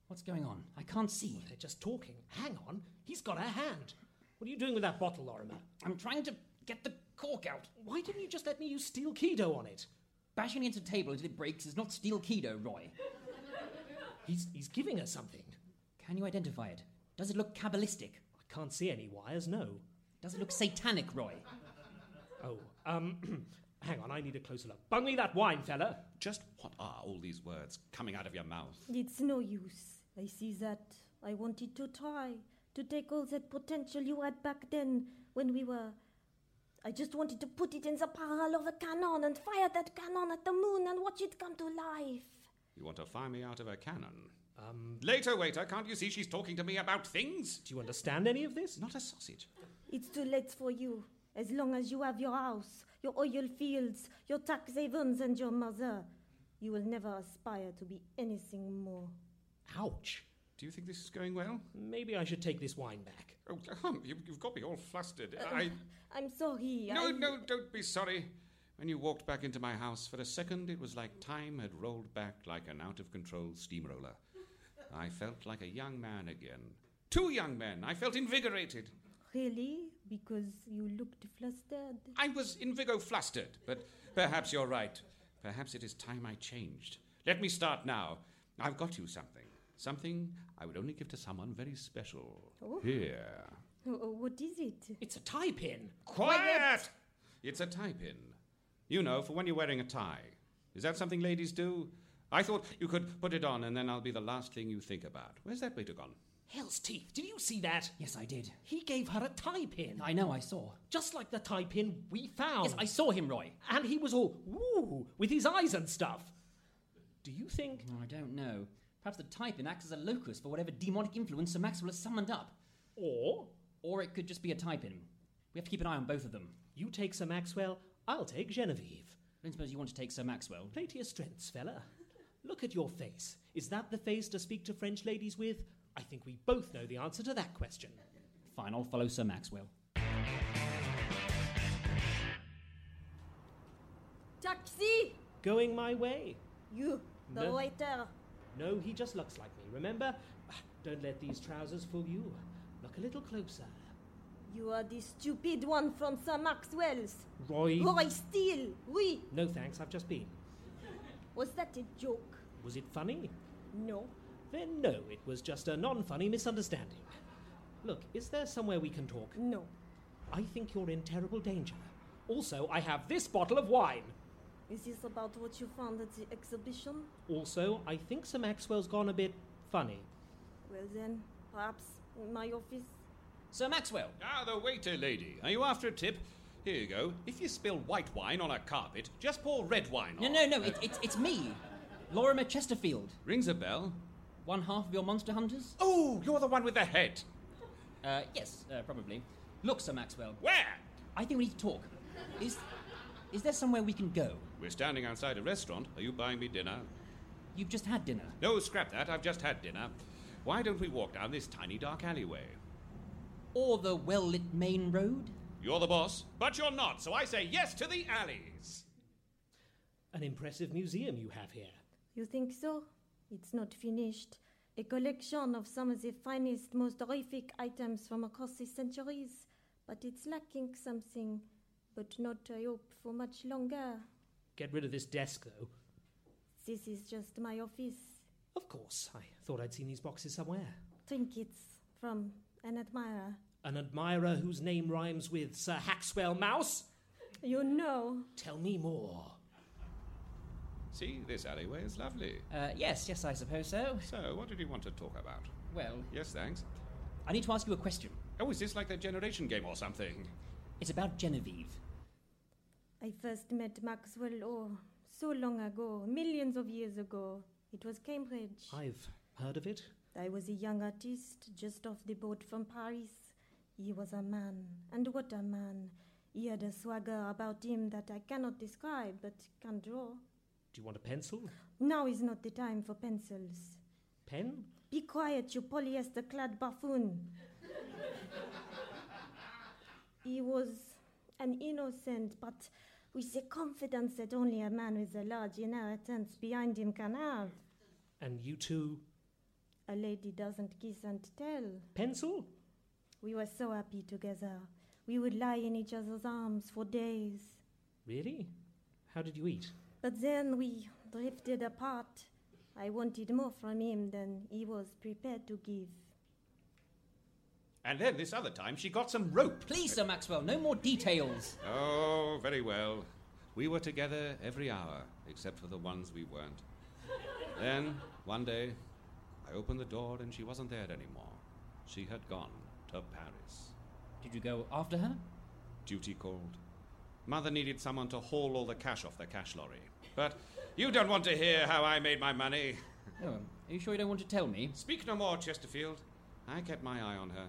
S4: What's going on? I can't see.
S3: They're just talking. Hang on, he's got a hand. What are you doing with that bottle, Lorimer?
S4: I'm trying to get the cork out.
S3: Why didn't you just let me use steel keto on it?
S4: Bashing into the table until it breaks is not steel keto, Roy.
S3: He's, he's giving her something.
S4: Can you identify it? Does it look cabalistic?
S3: I can't see any wires, no.
S4: Does it look satanic, Roy?
S3: Oh, um, hang on, I need a closer look. Bung me that wine, fella.
S5: Just what are all these words coming out of your mouth?
S6: It's no use. I see that. I wanted to try to take all that potential you had back then when we were. I just wanted to put it in the barrel of a cannon and fire that cannon at the moon and watch it come to life.
S5: You want to fire me out of a cannon?
S3: Um,
S10: Later, waiter, can't you see she's talking to me about things?
S3: Do you understand any of this?
S5: Not a sausage.
S6: It's too late for you. As long as you have your house, your oil fields, your tax havens, and your mother, you will never aspire to be anything more.
S3: Ouch.
S5: Do you think this is going well?
S3: Maybe I should take this wine back.
S10: Oh, come, you, you've got me all flustered. I.
S6: I'm sorry.
S10: No,
S6: I...
S10: no, don't be
S5: Sorry. When you walked back into my house, for a second it was like time had rolled back like an out of control steamroller. I felt like a young man again. Two young men. I felt invigorated.
S6: Really? Because you looked flustered.
S5: I was invigo flustered, but perhaps you're right. Perhaps it is time I changed. Let me start now. I've got you something. Something I would only give to someone very special.
S6: Oh.
S5: Here.
S6: Oh, oh, what is it?
S3: It's a tie pin.
S5: Quiet! It's a tie pin. You know, for when you're wearing a tie. Is that something ladies do? I thought you could put it on and then I'll be the last thing you think about. Where's that waiter gone?
S3: Hell's teeth, did you see that?
S4: Yes, I did.
S3: He gave her a tie pin.
S4: I know, I saw.
S3: Just like the tie pin we found.
S4: Yes, I saw him, Roy.
S3: And he was all, woo, with his eyes and stuff. Do you think.
S4: Oh, I don't know. Perhaps the typing acts as a locus for whatever demonic influence Sir Maxwell has summoned up.
S3: Or
S4: Or it could just be a typing. We have to keep an eye on both of them.
S3: you take Sir Maxwell, I'll take Genevieve.
S4: I don't suppose you want to take Sir Maxwell.
S3: Play to your strengths, fella. Look at your face. Is that the face to speak to French ladies with? I think we both know the answer to that question.
S4: Fine, I'll follow Sir Maxwell.
S6: Taxi!
S3: Going my way.
S6: You, the
S3: No.
S6: waiter.
S3: No, he just looks like me, remember? Don't let these trousers fool you. Look a little closer.
S6: You are the stupid one from Sir Maxwell's.
S3: Roy.
S6: Roy Steele, oui.
S3: No thanks, I've just been.
S6: Was that a joke?
S3: Was it funny?
S6: No.
S3: Then no, it was just a non funny misunderstanding. Look, is there somewhere we can talk?
S6: No.
S3: I think you're in terrible danger. Also, I have this bottle of wine.
S6: Is this about what you found at the exhibition?
S3: Also, I think Sir Maxwell's gone a bit funny.
S6: Well then, perhaps in my office.
S4: Sir Maxwell!
S5: Ah, the waiter lady. Are you after a tip? Here you go. If you spill white wine on a carpet, just pour red wine
S4: No,
S5: on.
S4: no, no, it, it's, it's me, Lorimer Chesterfield.
S5: Rings a bell.
S4: One half of your monster hunters?
S5: Oh, you're the one with the head.
S4: Uh, yes, uh, probably. Look, Sir Maxwell,
S5: Where?
S4: I think we need to talk. Is, is there somewhere we can go?
S5: We're standing outside a restaurant. Are you buying me dinner?
S4: You've just had dinner.
S5: No, scrap that. I've just had dinner. Why don't we walk down this tiny dark alleyway?
S4: Or the well lit main road?
S5: You're the boss, but you're not, so I say yes to the alleys.
S3: An impressive museum you have here.
S6: You think so? It's not finished. A collection of some of the finest, most horrific items from across the centuries. But it's lacking something. But not, I hope, for much longer.
S3: Get rid of this desk, though.
S6: This is just my office.
S3: Of course, I thought I'd seen these boxes somewhere.
S6: Trinkets from an admirer.
S3: An admirer whose name rhymes with Sir Haxwell Mouse?
S6: You know.
S3: Tell me more.
S5: See, this alleyway is lovely.
S4: Uh, yes, yes, I suppose so.
S5: So, what did you want to talk about?
S4: Well,
S5: Yes, thanks.
S4: I need to ask you a question.
S5: Oh, is this like the generation game or something?
S4: It's about Genevieve.
S6: I first met Maxwell Orr so long ago, millions of years ago. It was Cambridge.
S3: I've heard of it.
S6: I was a young artist just off the boat from Paris. He was a man, and what a man! He had a swagger about him that I cannot describe but can draw.
S3: Do you want a pencil?
S6: Now is not the time for pencils.
S3: Pen?
S6: Be quiet, you polyester clad buffoon. he was an innocent, but with the confidence that only a man with a large inheritance behind him can have.
S3: And you two.
S6: A lady doesn't kiss and tell.
S3: Pencil?
S6: We were so happy together. We would lie in each other's arms for days.
S3: Really? How did you eat?
S6: But then we drifted apart. I wanted more from him than he was prepared to give.
S5: And then this other time she got some rope.
S4: Please, Sir Maxwell, no more details.
S5: Oh, very well. We were together every hour, except for the ones we weren't. then, one day, I opened the door and she wasn't there anymore. She had gone to Paris.
S4: Did you go after her?
S5: Duty called. Mother needed someone to haul all the cash off the cash lorry. But you don't want to hear how I made my money.
S4: Oh, are you sure you don't want to tell me?
S5: Speak no more, Chesterfield. I kept my eye on her.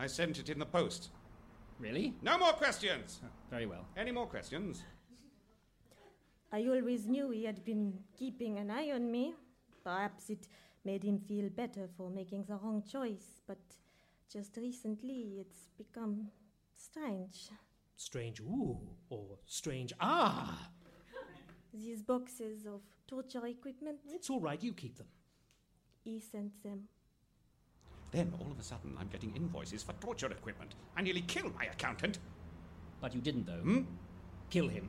S5: I sent it in the post.
S4: Really?
S5: No more questions!
S4: Very well.
S5: Any more questions?
S6: I always knew he had been keeping an eye on me. Perhaps it made him feel better for making the wrong choice, but just recently it's become strange.
S3: Strange ooh or strange ah!
S6: These boxes of torture equipment,
S3: It's all right, you keep them.
S6: he sent them.
S5: Then, all of a sudden, I'm getting invoices for torture equipment. I nearly killed my accountant.
S4: But you didn't, though.
S5: Hmm?
S4: Kill him.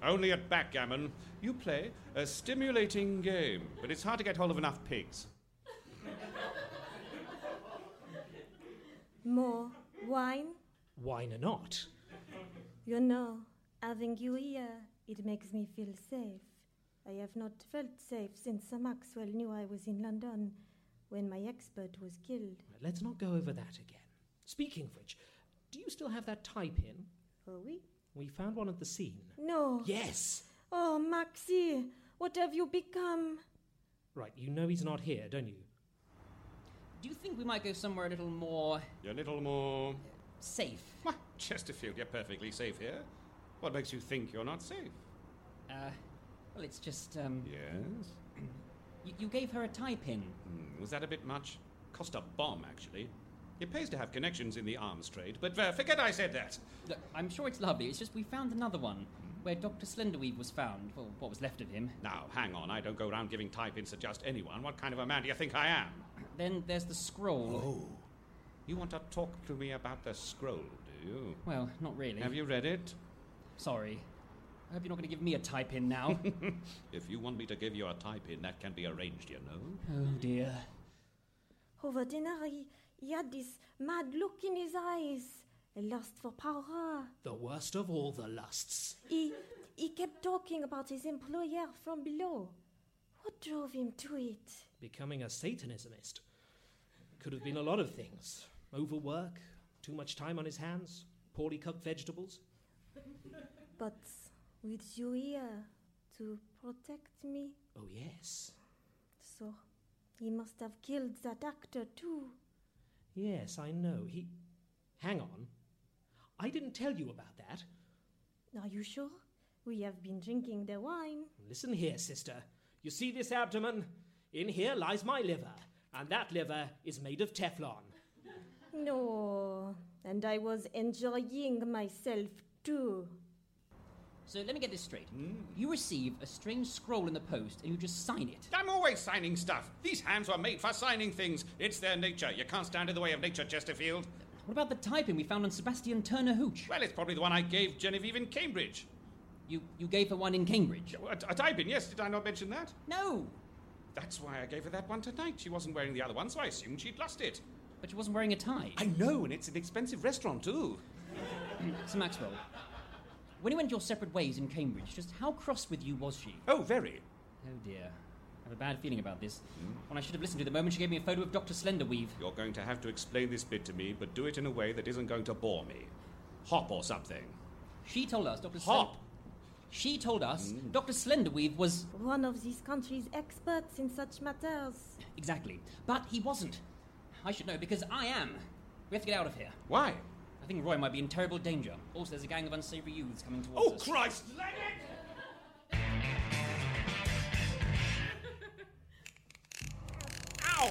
S5: Only at backgammon. You play a stimulating game, but it's hard to get hold of enough pigs.
S6: More wine?
S3: Why not?
S6: You know, having you here, it makes me feel safe. I have not felt safe since Sir Maxwell knew I was in London when my expert was killed.
S3: Let's not go over that again. Speaking of which, do you still have that tie pin?
S6: Are we?
S3: We found one at the scene.
S6: No.
S3: Yes!
S6: Oh, Maxie, what have you become?
S3: Right, you know he's not here, don't you?
S4: Do you think we might go somewhere a little more
S5: You're a little more.
S4: safe?
S5: Why, Chesterfield, you're perfectly safe here. What makes you think you're not safe?
S4: Uh, well, it's just, um.
S5: Yes?
S4: You, you gave her a tie pin.
S5: Hmm, was that a bit much? Cost a bomb, actually. It pays to have connections in the arms trade, but uh, forget I said that.
S4: Look, I'm sure it's lovely. It's just we found another one where Dr. Slenderweed was found. Well, what was left of him.
S5: Now, hang on, I don't go around giving tie pins to just anyone. What kind of a man do you think I am?
S4: Then there's the scroll.
S5: Oh. You want to talk to me about the scroll, do you?
S4: Well, not really.
S5: Have you read it?
S4: Sorry. I hope you're not going to give me a tie pin now.
S5: If you want me to give you a tie pin, that can be arranged, you know.
S4: oh dear.
S6: Over dinner, he, he had this mad look in his eyes, a lust for power.
S3: The worst of all the lusts.
S6: He, he kept talking about his employer from below. What drove him to it?
S3: Becoming a Satanismist. Could have been a lot of things overwork, too much time on his hands, poorly cooked vegetables.
S6: But with you here to protect me,
S3: Oh, yes.
S6: so he must have killed that actor too.
S3: Yes, I know. He. Hang on. I didn't tell you about that.
S6: Are you sure? We have been drinking the wine.
S3: Listen here, sister. You see this abdomen? In here lies my liver, and that liver is made of Teflon.
S6: No, and I was enjoying myself too.
S4: So let me get this straight.
S5: Hmm?
S4: You receive a strange scroll in the post and you just sign it.
S5: I'm always signing stuff. These hands were made for signing things. It's their nature. You can't stand in the way of nature, Chesterfield.
S4: What about the tie pin we found on Sebastian Turner Hooch?
S5: Well, it's probably the one I gave Genevieve in Cambridge.
S4: You, you gave her one in Cambridge.
S5: A, a tie pin, yes. Did I not mention that?
S4: No!
S5: That's why I gave her that one tonight. She wasn't wearing the other one, so I assumed she'd lost it.
S4: But she wasn't wearing a tie.
S5: I know, and it's an expensive restaurant, too.
S4: Sir Maxwell, when you went your separate ways in Cambridge, just how cross with you was she?
S5: Oh, very.
S4: Oh dear. I have a bad feeling about this. One I should have listened to the moment she gave me a photo of Dr. Slenderweave.
S5: You're going to have to explain this bit to me, but do it in a way that isn't going to bore me. Hop or something.
S4: She told us Dr.
S5: Hop!
S4: Slend- She told us Dr. Slenderweave was.
S6: One of this country's experts in such matters.
S4: Exactly. But he wasn't. I should know because I am. We have to get out of here.
S5: Why?
S4: I think Roy might be in terrible danger. Also, there's a gang of unsavory youths coming towards us.
S11: Oh, Christ!
S3: Ow!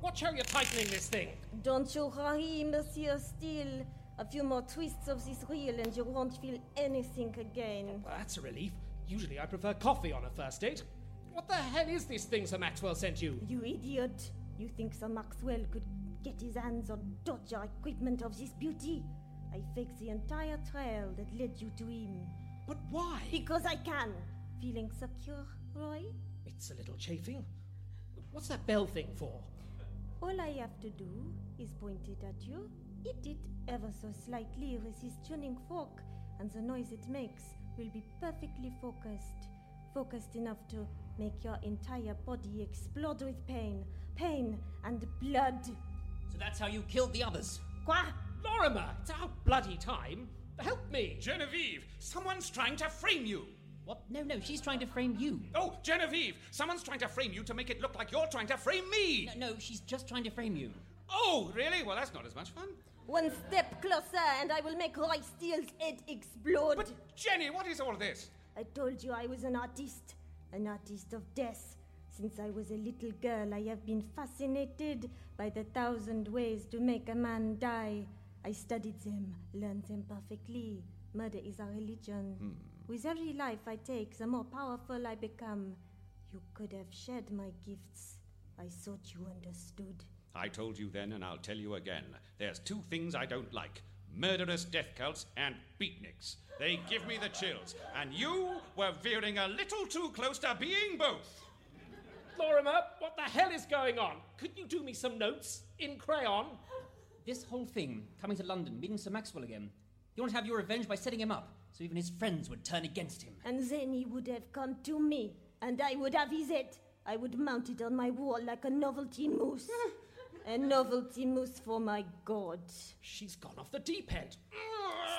S3: Watch how you're tightening this thing.
S6: Don't you worry, Monsieur Steele. A few more twists of this reel and you won't feel anything again.
S3: Well, that's a relief. Usually I prefer coffee on a first date. What the hell is this thing Sir Maxwell sent you?
S6: You idiot! You think Sir Maxwell could get his hands on dodger equipment of this beauty? I faked the entire trail that led you to him.
S3: But why?
S6: Because I can. Feeling secure, Roy?
S3: It's a little chafing. What's that bell thing for?
S6: All I have to do is point it at you, hit it ever so slightly with this tuning fork, and the noise it makes will be perfectly focused. Focused enough to make your entire body explode with pain, pain, and blood.
S4: So that's how you killed the others.
S6: Qua!
S3: Lorimer, it's our bloody time. Help me!
S11: Genevieve, someone's trying to frame you!
S4: What? No, no, she's trying to frame you.
S11: Oh, Genevieve, someone's trying to frame you to make it look like you're trying to frame me!
S4: No, no, she's just trying to frame you.
S11: Oh, really? Well, that's not as much fun.
S6: One step closer, and I will make Roy Steele's head explode. But,
S11: Jenny, what is all this?
S6: I told you I was an artist, an artist of death. Since I was a little girl, I have been fascinated by the thousand ways to make a man die. I studied them, learned them perfectly. Murder is a religion. With every life I take, the more powerful I become. You could have shared my gifts. I thought you understood.
S5: I told you then, and I'll tell you again. There's two things I don't like murderous death cults and beatniks. They give me the chills, and you were veering a little too close to being both.
S3: Lorimer, what the hell is going on? Could you do me some notes in crayon?
S4: This whole thing, coming to London, meeting Sir Maxwell again. You want to have your revenge by setting him up, so even his friends would turn against him.
S6: And then he would have come to me, and I would have his head. I would mount it on my wall like a novelty moose. a novelty moose for my god.
S3: She's gone off the deep end.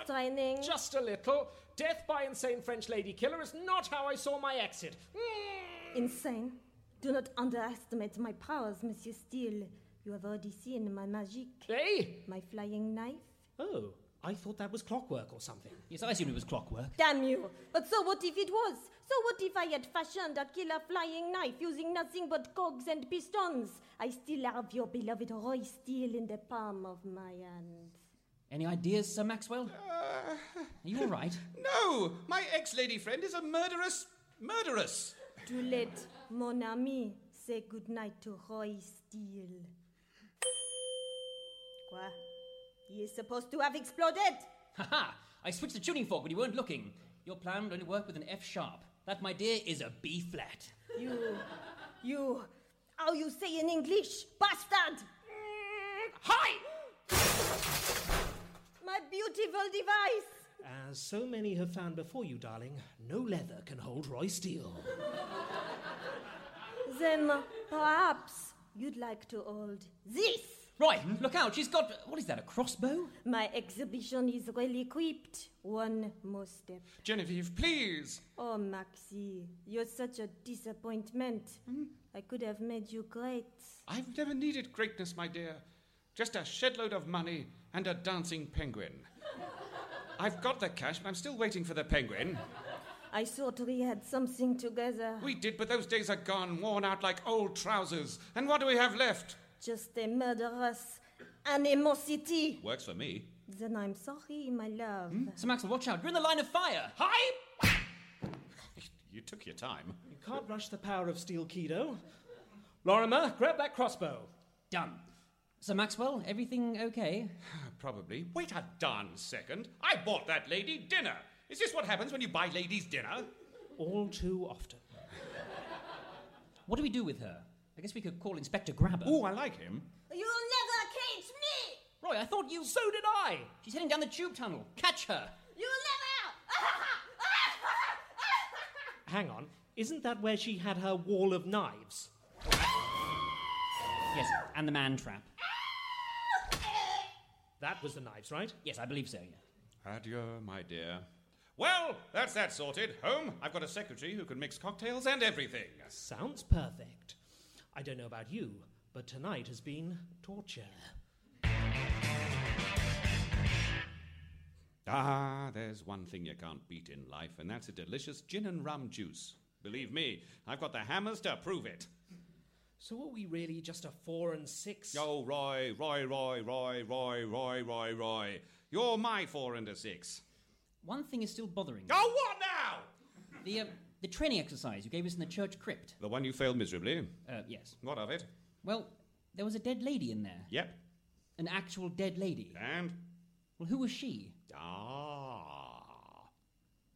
S6: Steining.
S3: Just a little. Death by insane French lady killer is not how I saw my exit. Hmm.
S6: Insane. Do not underestimate my powers, Monsieur Steele. You have already seen my magic.
S3: Eh?
S6: My flying knife.
S3: Oh, I thought that was clockwork or something.
S4: Yes, I assumed it was clockwork.
S6: Damn you! But so what if it was? So what if I had fashioned a killer flying knife using nothing but cogs and pistons? I still have your beloved Roy Steele in the palm of my hand.
S4: Any ideas, Sir Maxwell?
S5: Are
S4: you all right?
S5: No! My ex lady friend is a murderous. murderess!
S6: To let mon ami say goodnight to Roy Steele. Quoi? He is supposed to have exploded!
S4: Haha! I switched the tuning fork when you weren't looking. Your plan would only work with an F sharp. That, my dear, is a B flat.
S6: You. you. How you say in English, bastard!
S3: Hi!
S6: My beautiful device!
S3: As so many have found before you, darling, no leather can hold Roy Steele.
S6: Then perhaps you'd like to hold this.
S4: Right, look out, she's got. What is that, a crossbow?
S6: My exhibition is well equipped. One more step.
S5: Genevieve, please!
S6: Oh, Maxie, you're such a disappointment. I could have made you great.
S5: I've never needed greatness, my dear. Just a shedload of money and a dancing penguin. I've got the cash, but I'm still waiting for the penguin.
S6: I thought we had something together.
S5: We did, but those days are gone, worn out like old trousers. And what do we have left?
S6: Just a murderous animosity.
S5: Works for me.
S6: Then I'm sorry, my love.
S4: Sir Maxwell, watch out, you're in the line of fire!
S3: Hi!
S5: You took your time.
S3: You can't rush the power of steel keto. Lorimer, grab that crossbow.
S4: Done. Sir Maxwell, everything okay?
S5: Probably. Wait a darn second. I bought that lady dinner. Is this what happens when you buy ladies dinner?
S3: All too often.
S4: What do we do with her? I guess we could call Inspector Grabber.
S5: Oh, I like him.
S6: You'll never catch me!
S4: Roy, I thought you.
S3: So did I!
S4: She's heading down the tube tunnel. Catch her!
S6: You'll never Ah, out! ah,
S3: Hang on, isn't that where she had her wall of knives?
S4: Yes, and the man trap.
S3: That was the knives, right?
S4: Yes, I believe so, yeah.
S5: Adieu, my dear.
S12: Well, that's that sorted. Home, I've got a secretary who can mix cocktails and everything.
S13: Sounds perfect. I don't know about you, but tonight has been torture.
S5: Ah, there's one thing you can't beat in life, and that's a delicious gin and rum juice. Believe me, I've got the hammers to prove it.
S13: So are we really just a four and six?
S5: Yo, Roy, Roy, Roy, Roy, Roy, Roy, Roy, Roy. You're my four and a six.
S4: One thing is still bothering me.
S12: Oh, what now?
S4: The, um, the training exercise you gave us in the church crypt.
S5: The one you failed miserably.
S4: Uh, yes.
S5: What of it?
S4: Well, there was a dead lady in there.
S5: Yep.
S4: An actual dead lady.
S5: And?
S4: Well, who was she?
S5: Ah.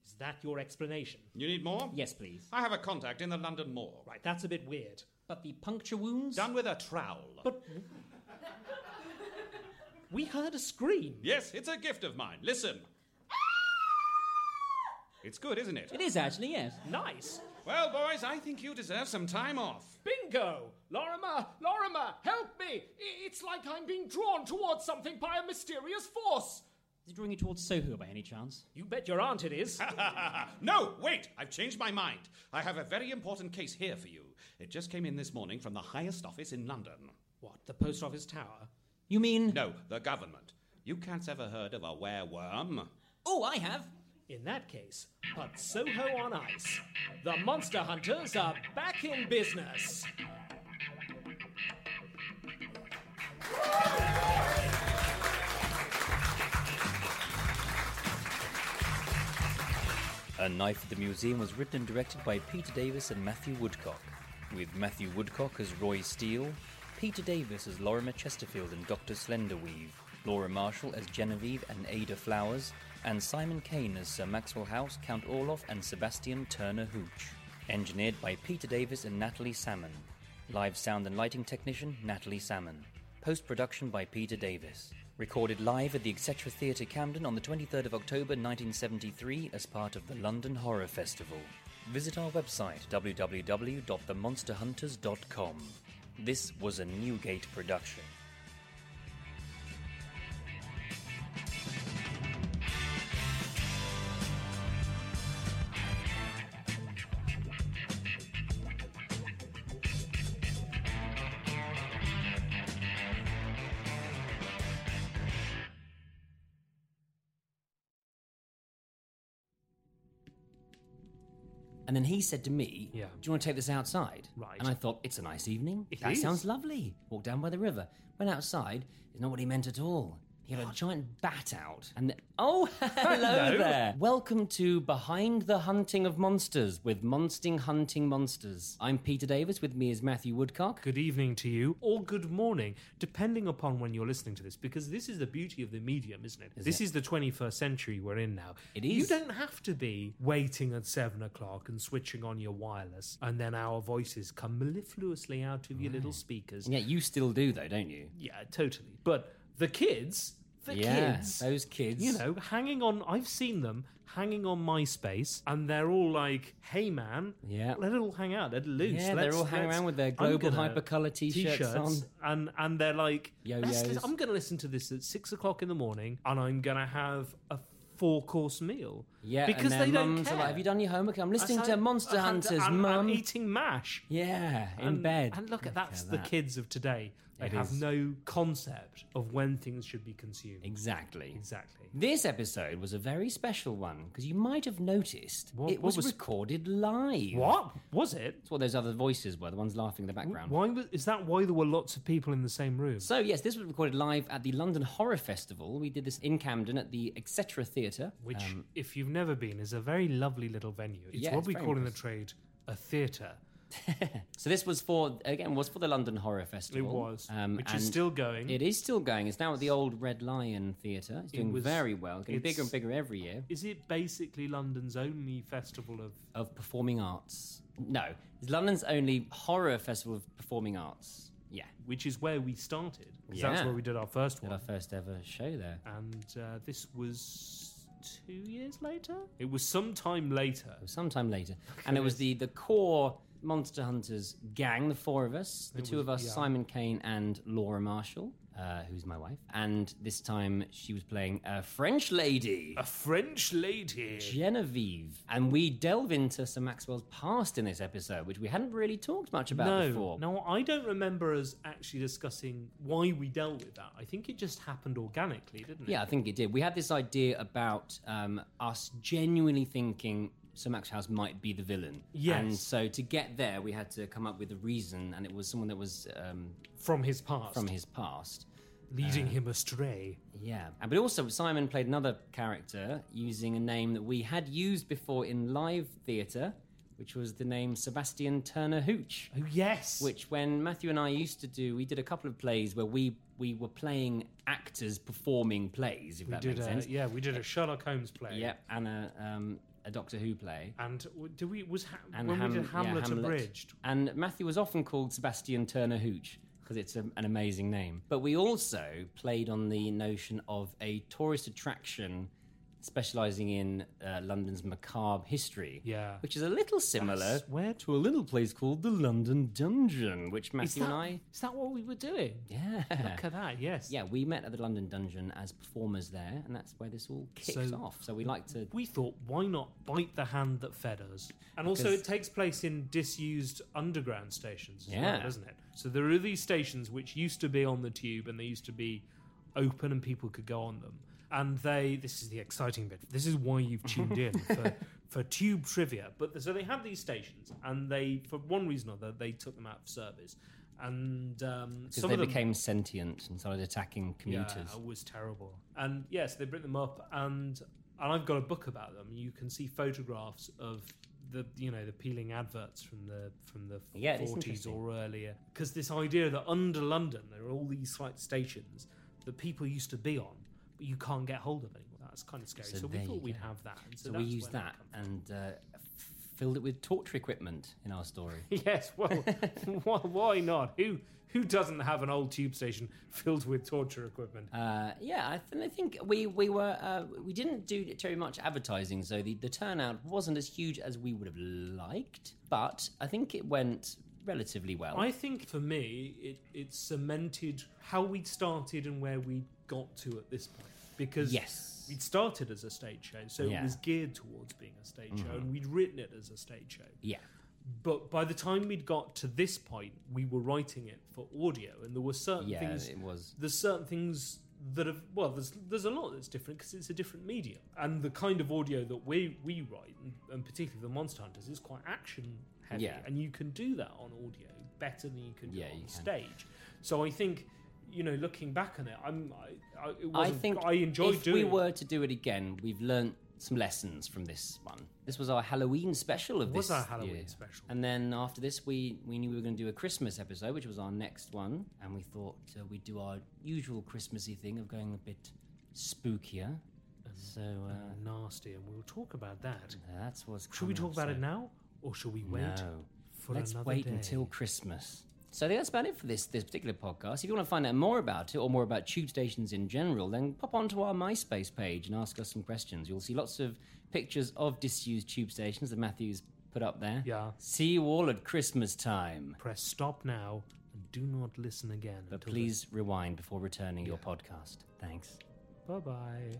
S13: Is that your explanation?
S5: You need more?
S4: Yes, please.
S5: I have a contact in the London Mall.
S13: Right, that's a bit weird.
S4: But the puncture wounds?
S5: Done with a trowel.
S13: But. we heard a scream.
S5: Yes, it's a gift of mine. Listen. It's good, isn't it?
S4: It is actually, yes.
S13: Nice.
S5: Well, boys, I think you deserve some time off.
S14: Bingo! Lorimer, Lorimer, help me! I- it's like I'm being drawn towards something by a mysterious force.
S4: Is it drawing you towards Soho by any chance?
S13: You bet your aunt it is.
S5: no, wait, I've changed my mind. I have a very important case here for you. It just came in this morning from the highest office in London.
S13: What, the post office tower?
S4: You mean?
S5: No, the government. You cats ever heard of a wereworm?
S4: Oh, I have.
S13: In that case, put Soho on ice. The monster hunters are back in business.
S15: A Knife at the Museum was written and directed by Peter Davis and Matthew Woodcock, with Matthew Woodcock as Roy Steele, Peter Davis as Lorimer Chesterfield and Dr. Slenderweave, Laura Marshall as Genevieve and Ada Flowers, and Simon Kane as Sir Maxwell House, Count Orloff, and Sebastian Turner Hooch. Engineered by Peter Davis and Natalie Salmon. Live sound and lighting technician Natalie Salmon. Post production by Peter Davis. Recorded live at the Etcetera Theatre Camden on the 23rd of October 1973 as part of the London Horror Festival. Visit our website www.themonsterhunters.com. This was a Newgate production.
S16: And then he said to me,
S13: Yeah.
S16: Do you want to take this outside?
S13: Right.
S16: And I thought, It's a nice evening.
S13: It
S16: that
S13: is.
S16: sounds lovely. Walked down by the river. Went outside. It's not what he meant at all. He had a giant bat out. And th- oh, hello
S14: Hello.
S16: there. Welcome to Behind the Hunting of Monsters with Monsting Hunting Monsters. I'm Peter Davis. With me is Matthew Woodcock.
S3: Good evening to you, or good morning, depending upon when you're listening to this, because this is the beauty of the medium, isn't it?
S16: Is
S3: this
S16: it?
S3: is the 21st century we're in now.
S16: It
S3: You
S16: is.
S3: don't have to be waiting at seven o'clock and switching on your wireless, and then our voices come mellifluously out of your little speakers.
S16: Yeah, you still do though, don't you?
S3: Yeah, totally. But the kids, the
S16: Yeah,
S3: kids,
S16: those kids.
S3: you know, hanging on. I've seen them hanging on MySpace, and they're all like, "Hey, man,
S16: yeah,
S3: let it all hang out, let it loose."
S16: Yeah, they're
S3: let's-
S16: all hanging
S3: let's-
S16: around with their
S3: I'm
S16: global
S3: gonna-
S16: hypercolour t-shirts
S3: and and they're like, "Let's
S16: Yo-yos.
S3: lis- "I'm going to listen to this at six o'clock in the morning, and I'm going to have a four-course meal."
S16: Yeah, and
S3: because
S16: their
S3: they don't
S16: mums are
S3: care.
S16: like, "Have you done your homework? I'm listening
S3: I
S16: to
S3: said-
S16: Monster
S3: and-
S16: Hunters,
S3: and-
S16: Mum."
S3: And eating mash.
S16: Yeah, in
S3: And-
S16: bed.
S3: And look, at that's
S16: at
S3: the
S16: that.
S3: kids of today. They
S16: It
S3: have
S16: is.
S3: no concept of when things should be consumed.
S16: Exactly.
S3: Exactly.
S16: This episode was a very special one because you might have noticed
S3: What-
S16: it
S3: what
S16: was,
S3: was-
S16: recorded live.
S3: What was it?
S16: It's what those other voices were, the ones laughing in the background.
S3: Why was, is that? Why there were lots of people in the same room?
S16: So yes, this was recorded live at the London Horror Festival. We did this in Camden at the Etcetera Theatre,
S3: Which,
S16: Um,
S3: if you've never been, is a very lovely little venue. It's
S16: Yeah,
S3: what
S16: it's
S3: we
S16: very
S3: call in the
S16: nice.
S3: trade a theatre.
S16: So this was for again was for the London Horror Festival. um,
S3: It was, which is
S16: and
S3: still going.
S16: It is still going. It's now at the old Red Lion Theatre. It's
S3: It
S16: doing
S3: was-
S16: very well. Getting bigger and
S3: it's-
S16: bigger every year.
S3: Is it basically London's only festival of?
S16: Of performing arts. No, it's London's only horror festival of performing arts. Yeah,
S3: which is where we started. 'Cause that's where we did our first
S16: one. Did our first ever show there.
S3: And uh, this was two years later. It was sometime later.
S16: Sometime later, and it was the the core Monster Hunters gang, the four of us, the
S3: It
S16: two
S3: was-
S16: of us,
S3: yeah.
S16: Simon Kane and Laura Marshall, uh, who's my wife. And this time she was playing a French lady.
S3: A French lady.
S16: Genevieve. And we delve into Sir Maxwell's past in this episode, which we hadn't really talked much about
S3: no,
S16: before.
S3: No, I don't remember us actually discussing why we dealt with that. I think it just happened organically, didn't it?
S16: Yeah, I think it did. We had this idea about um, us genuinely thinking Sir Max House might be the villain.
S3: Yes.
S16: And so to get there, we had to come up with a reason, and it was someone that was um,
S3: From his past.
S16: From his past.
S3: Leading
S16: Uh,
S3: him astray.
S16: Yeah. And- But also, Simon played another character using a name that we had used before in live theatre, which was the name Sebastian Turner Hooch.
S3: Oh, yes.
S16: Which, when Matthew and I used to do, we did a couple of plays where we, we were playing actors performing plays, if
S3: we
S16: that
S3: did
S16: makes
S3: a,
S16: sense.
S3: Yeah, we did a Sherlock Holmes play.
S16: Yeah, and a, um, a Doctor Who play.
S3: And do we was ha-
S16: and
S3: when
S16: Ham-
S3: we did
S16: yeah,
S3: Hamlet,
S16: Hamlet.
S3: abridged?
S16: And Matthew was often called Sebastian Turner Hooch because it's a, an amazing name. But we also played on the notion of a tourist attraction specializing in uh, London's macabre history.
S3: Yeah.
S16: Which is a little similar
S3: That's where
S16: to a little place called the London Dungeon, which
S3: Is
S16: Matthew
S3: that-
S16: and I
S3: Is that what we were doing?
S16: yeah.
S3: Look at that, yes.
S16: Yeah, we met at the London Dungeon as performers there, and that's where this all kicked
S3: So-
S16: off. So we like to.
S3: We thought, why not bite the hand that fed us? And also,
S16: Because-
S3: it takes place in disused underground stations, as
S16: Yeah.
S3: well, doesn't it? So there are these stations which used to be on the tube, and they used to be open, and people could go on them. And they, this is the exciting bit. This is why you've tuned in for, for tube trivia. But so they had these stations, and they, for one reason or other, they took them out of service. And um,
S16: Because
S3: some
S16: they
S3: of them,
S16: became sentient and started attacking commuters.
S3: yeah, it was terrible. And yes, they bring them up, and and I've got a book about them. You can see photographs of the you know the peeling adverts from the from the
S16: Yeah, it's
S3: forties
S16: interesting.
S3: or earlier. Because this idea that under London there are all these slight stations that people used to be on, but you can't get hold of anymore. That's kind of scary. So, we
S16: there you
S3: thought we'd
S16: go.
S3: have that. And
S16: So,
S3: so
S16: we
S3: that's
S16: used
S3: where
S16: that and uh, f- filled it with torture equipment in our story.
S3: Yes, well, why- why not? Who who doesn't have an old tube station filled with torture equipment?
S16: Uh, yeah, I, th- I think we we were uh, we didn't do very much advertising, so the, the turnout wasn't as huge as we would have liked. But I think it went relatively well.
S3: I think for me, it, it cemented how we started and where we got to at this point. Because
S16: Yes.
S3: we'd started as a stage show, so
S16: Yeah.
S3: it was geared towards being a stage show,
S16: Mhm.
S3: and we'd written it as a stage show.
S16: yeah,
S3: But by the time we'd got to this point, we were writing it for audio, and there were certain
S16: Yeah,
S3: things.
S16: it was-
S3: There's certain things that have well, there's there's a lot that's different because it's a different medium, and the kind of audio that we we write, and, and particularly the Monster Hunters, is quite action heavy,
S16: Yeah.
S3: and you can do that on audio better than you can do
S16: Yeah,
S3: on
S16: you can.
S3: stage. So I think. You know, looking back on it, I'm. I, I, it
S16: I
S3: wasn't,
S16: think
S3: I enjoyed
S16: if
S3: doing.
S16: we
S3: it.
S16: were to do it again, we've learnt some lessons from this one. This was our Halloween special of
S3: It was
S16: this
S3: our Halloween
S16: year.
S3: special.
S16: and then after this, we we knew we were going to do a Christmas episode, which was our next one, and we thought uh, we'd do our usual Christmassy thing of going a bit spookier.
S3: Mm-hmm.
S16: So uh,
S3: nasty, and we'll talk about that.
S16: that's what's.
S3: Mm-hmm. Should we
S16: coming
S3: talk
S16: up,
S3: about
S16: so-
S3: it now, or should we wait
S16: No.
S3: for
S16: Let's
S3: another
S16: wait
S3: day?
S16: until Christmas. So I think that's about it for this this particular podcast. If you want to find out more about it or more about tube stations in general, then pop onto our MySpace page and ask us some questions. You'll see lots of pictures of disused tube stations that Matthew's put up there.
S3: Yeah.
S16: See you all at Christmas time.
S3: Press stop now and do not listen again.
S16: But please rewind before returning your podcast. Thanks.
S3: Bye bye.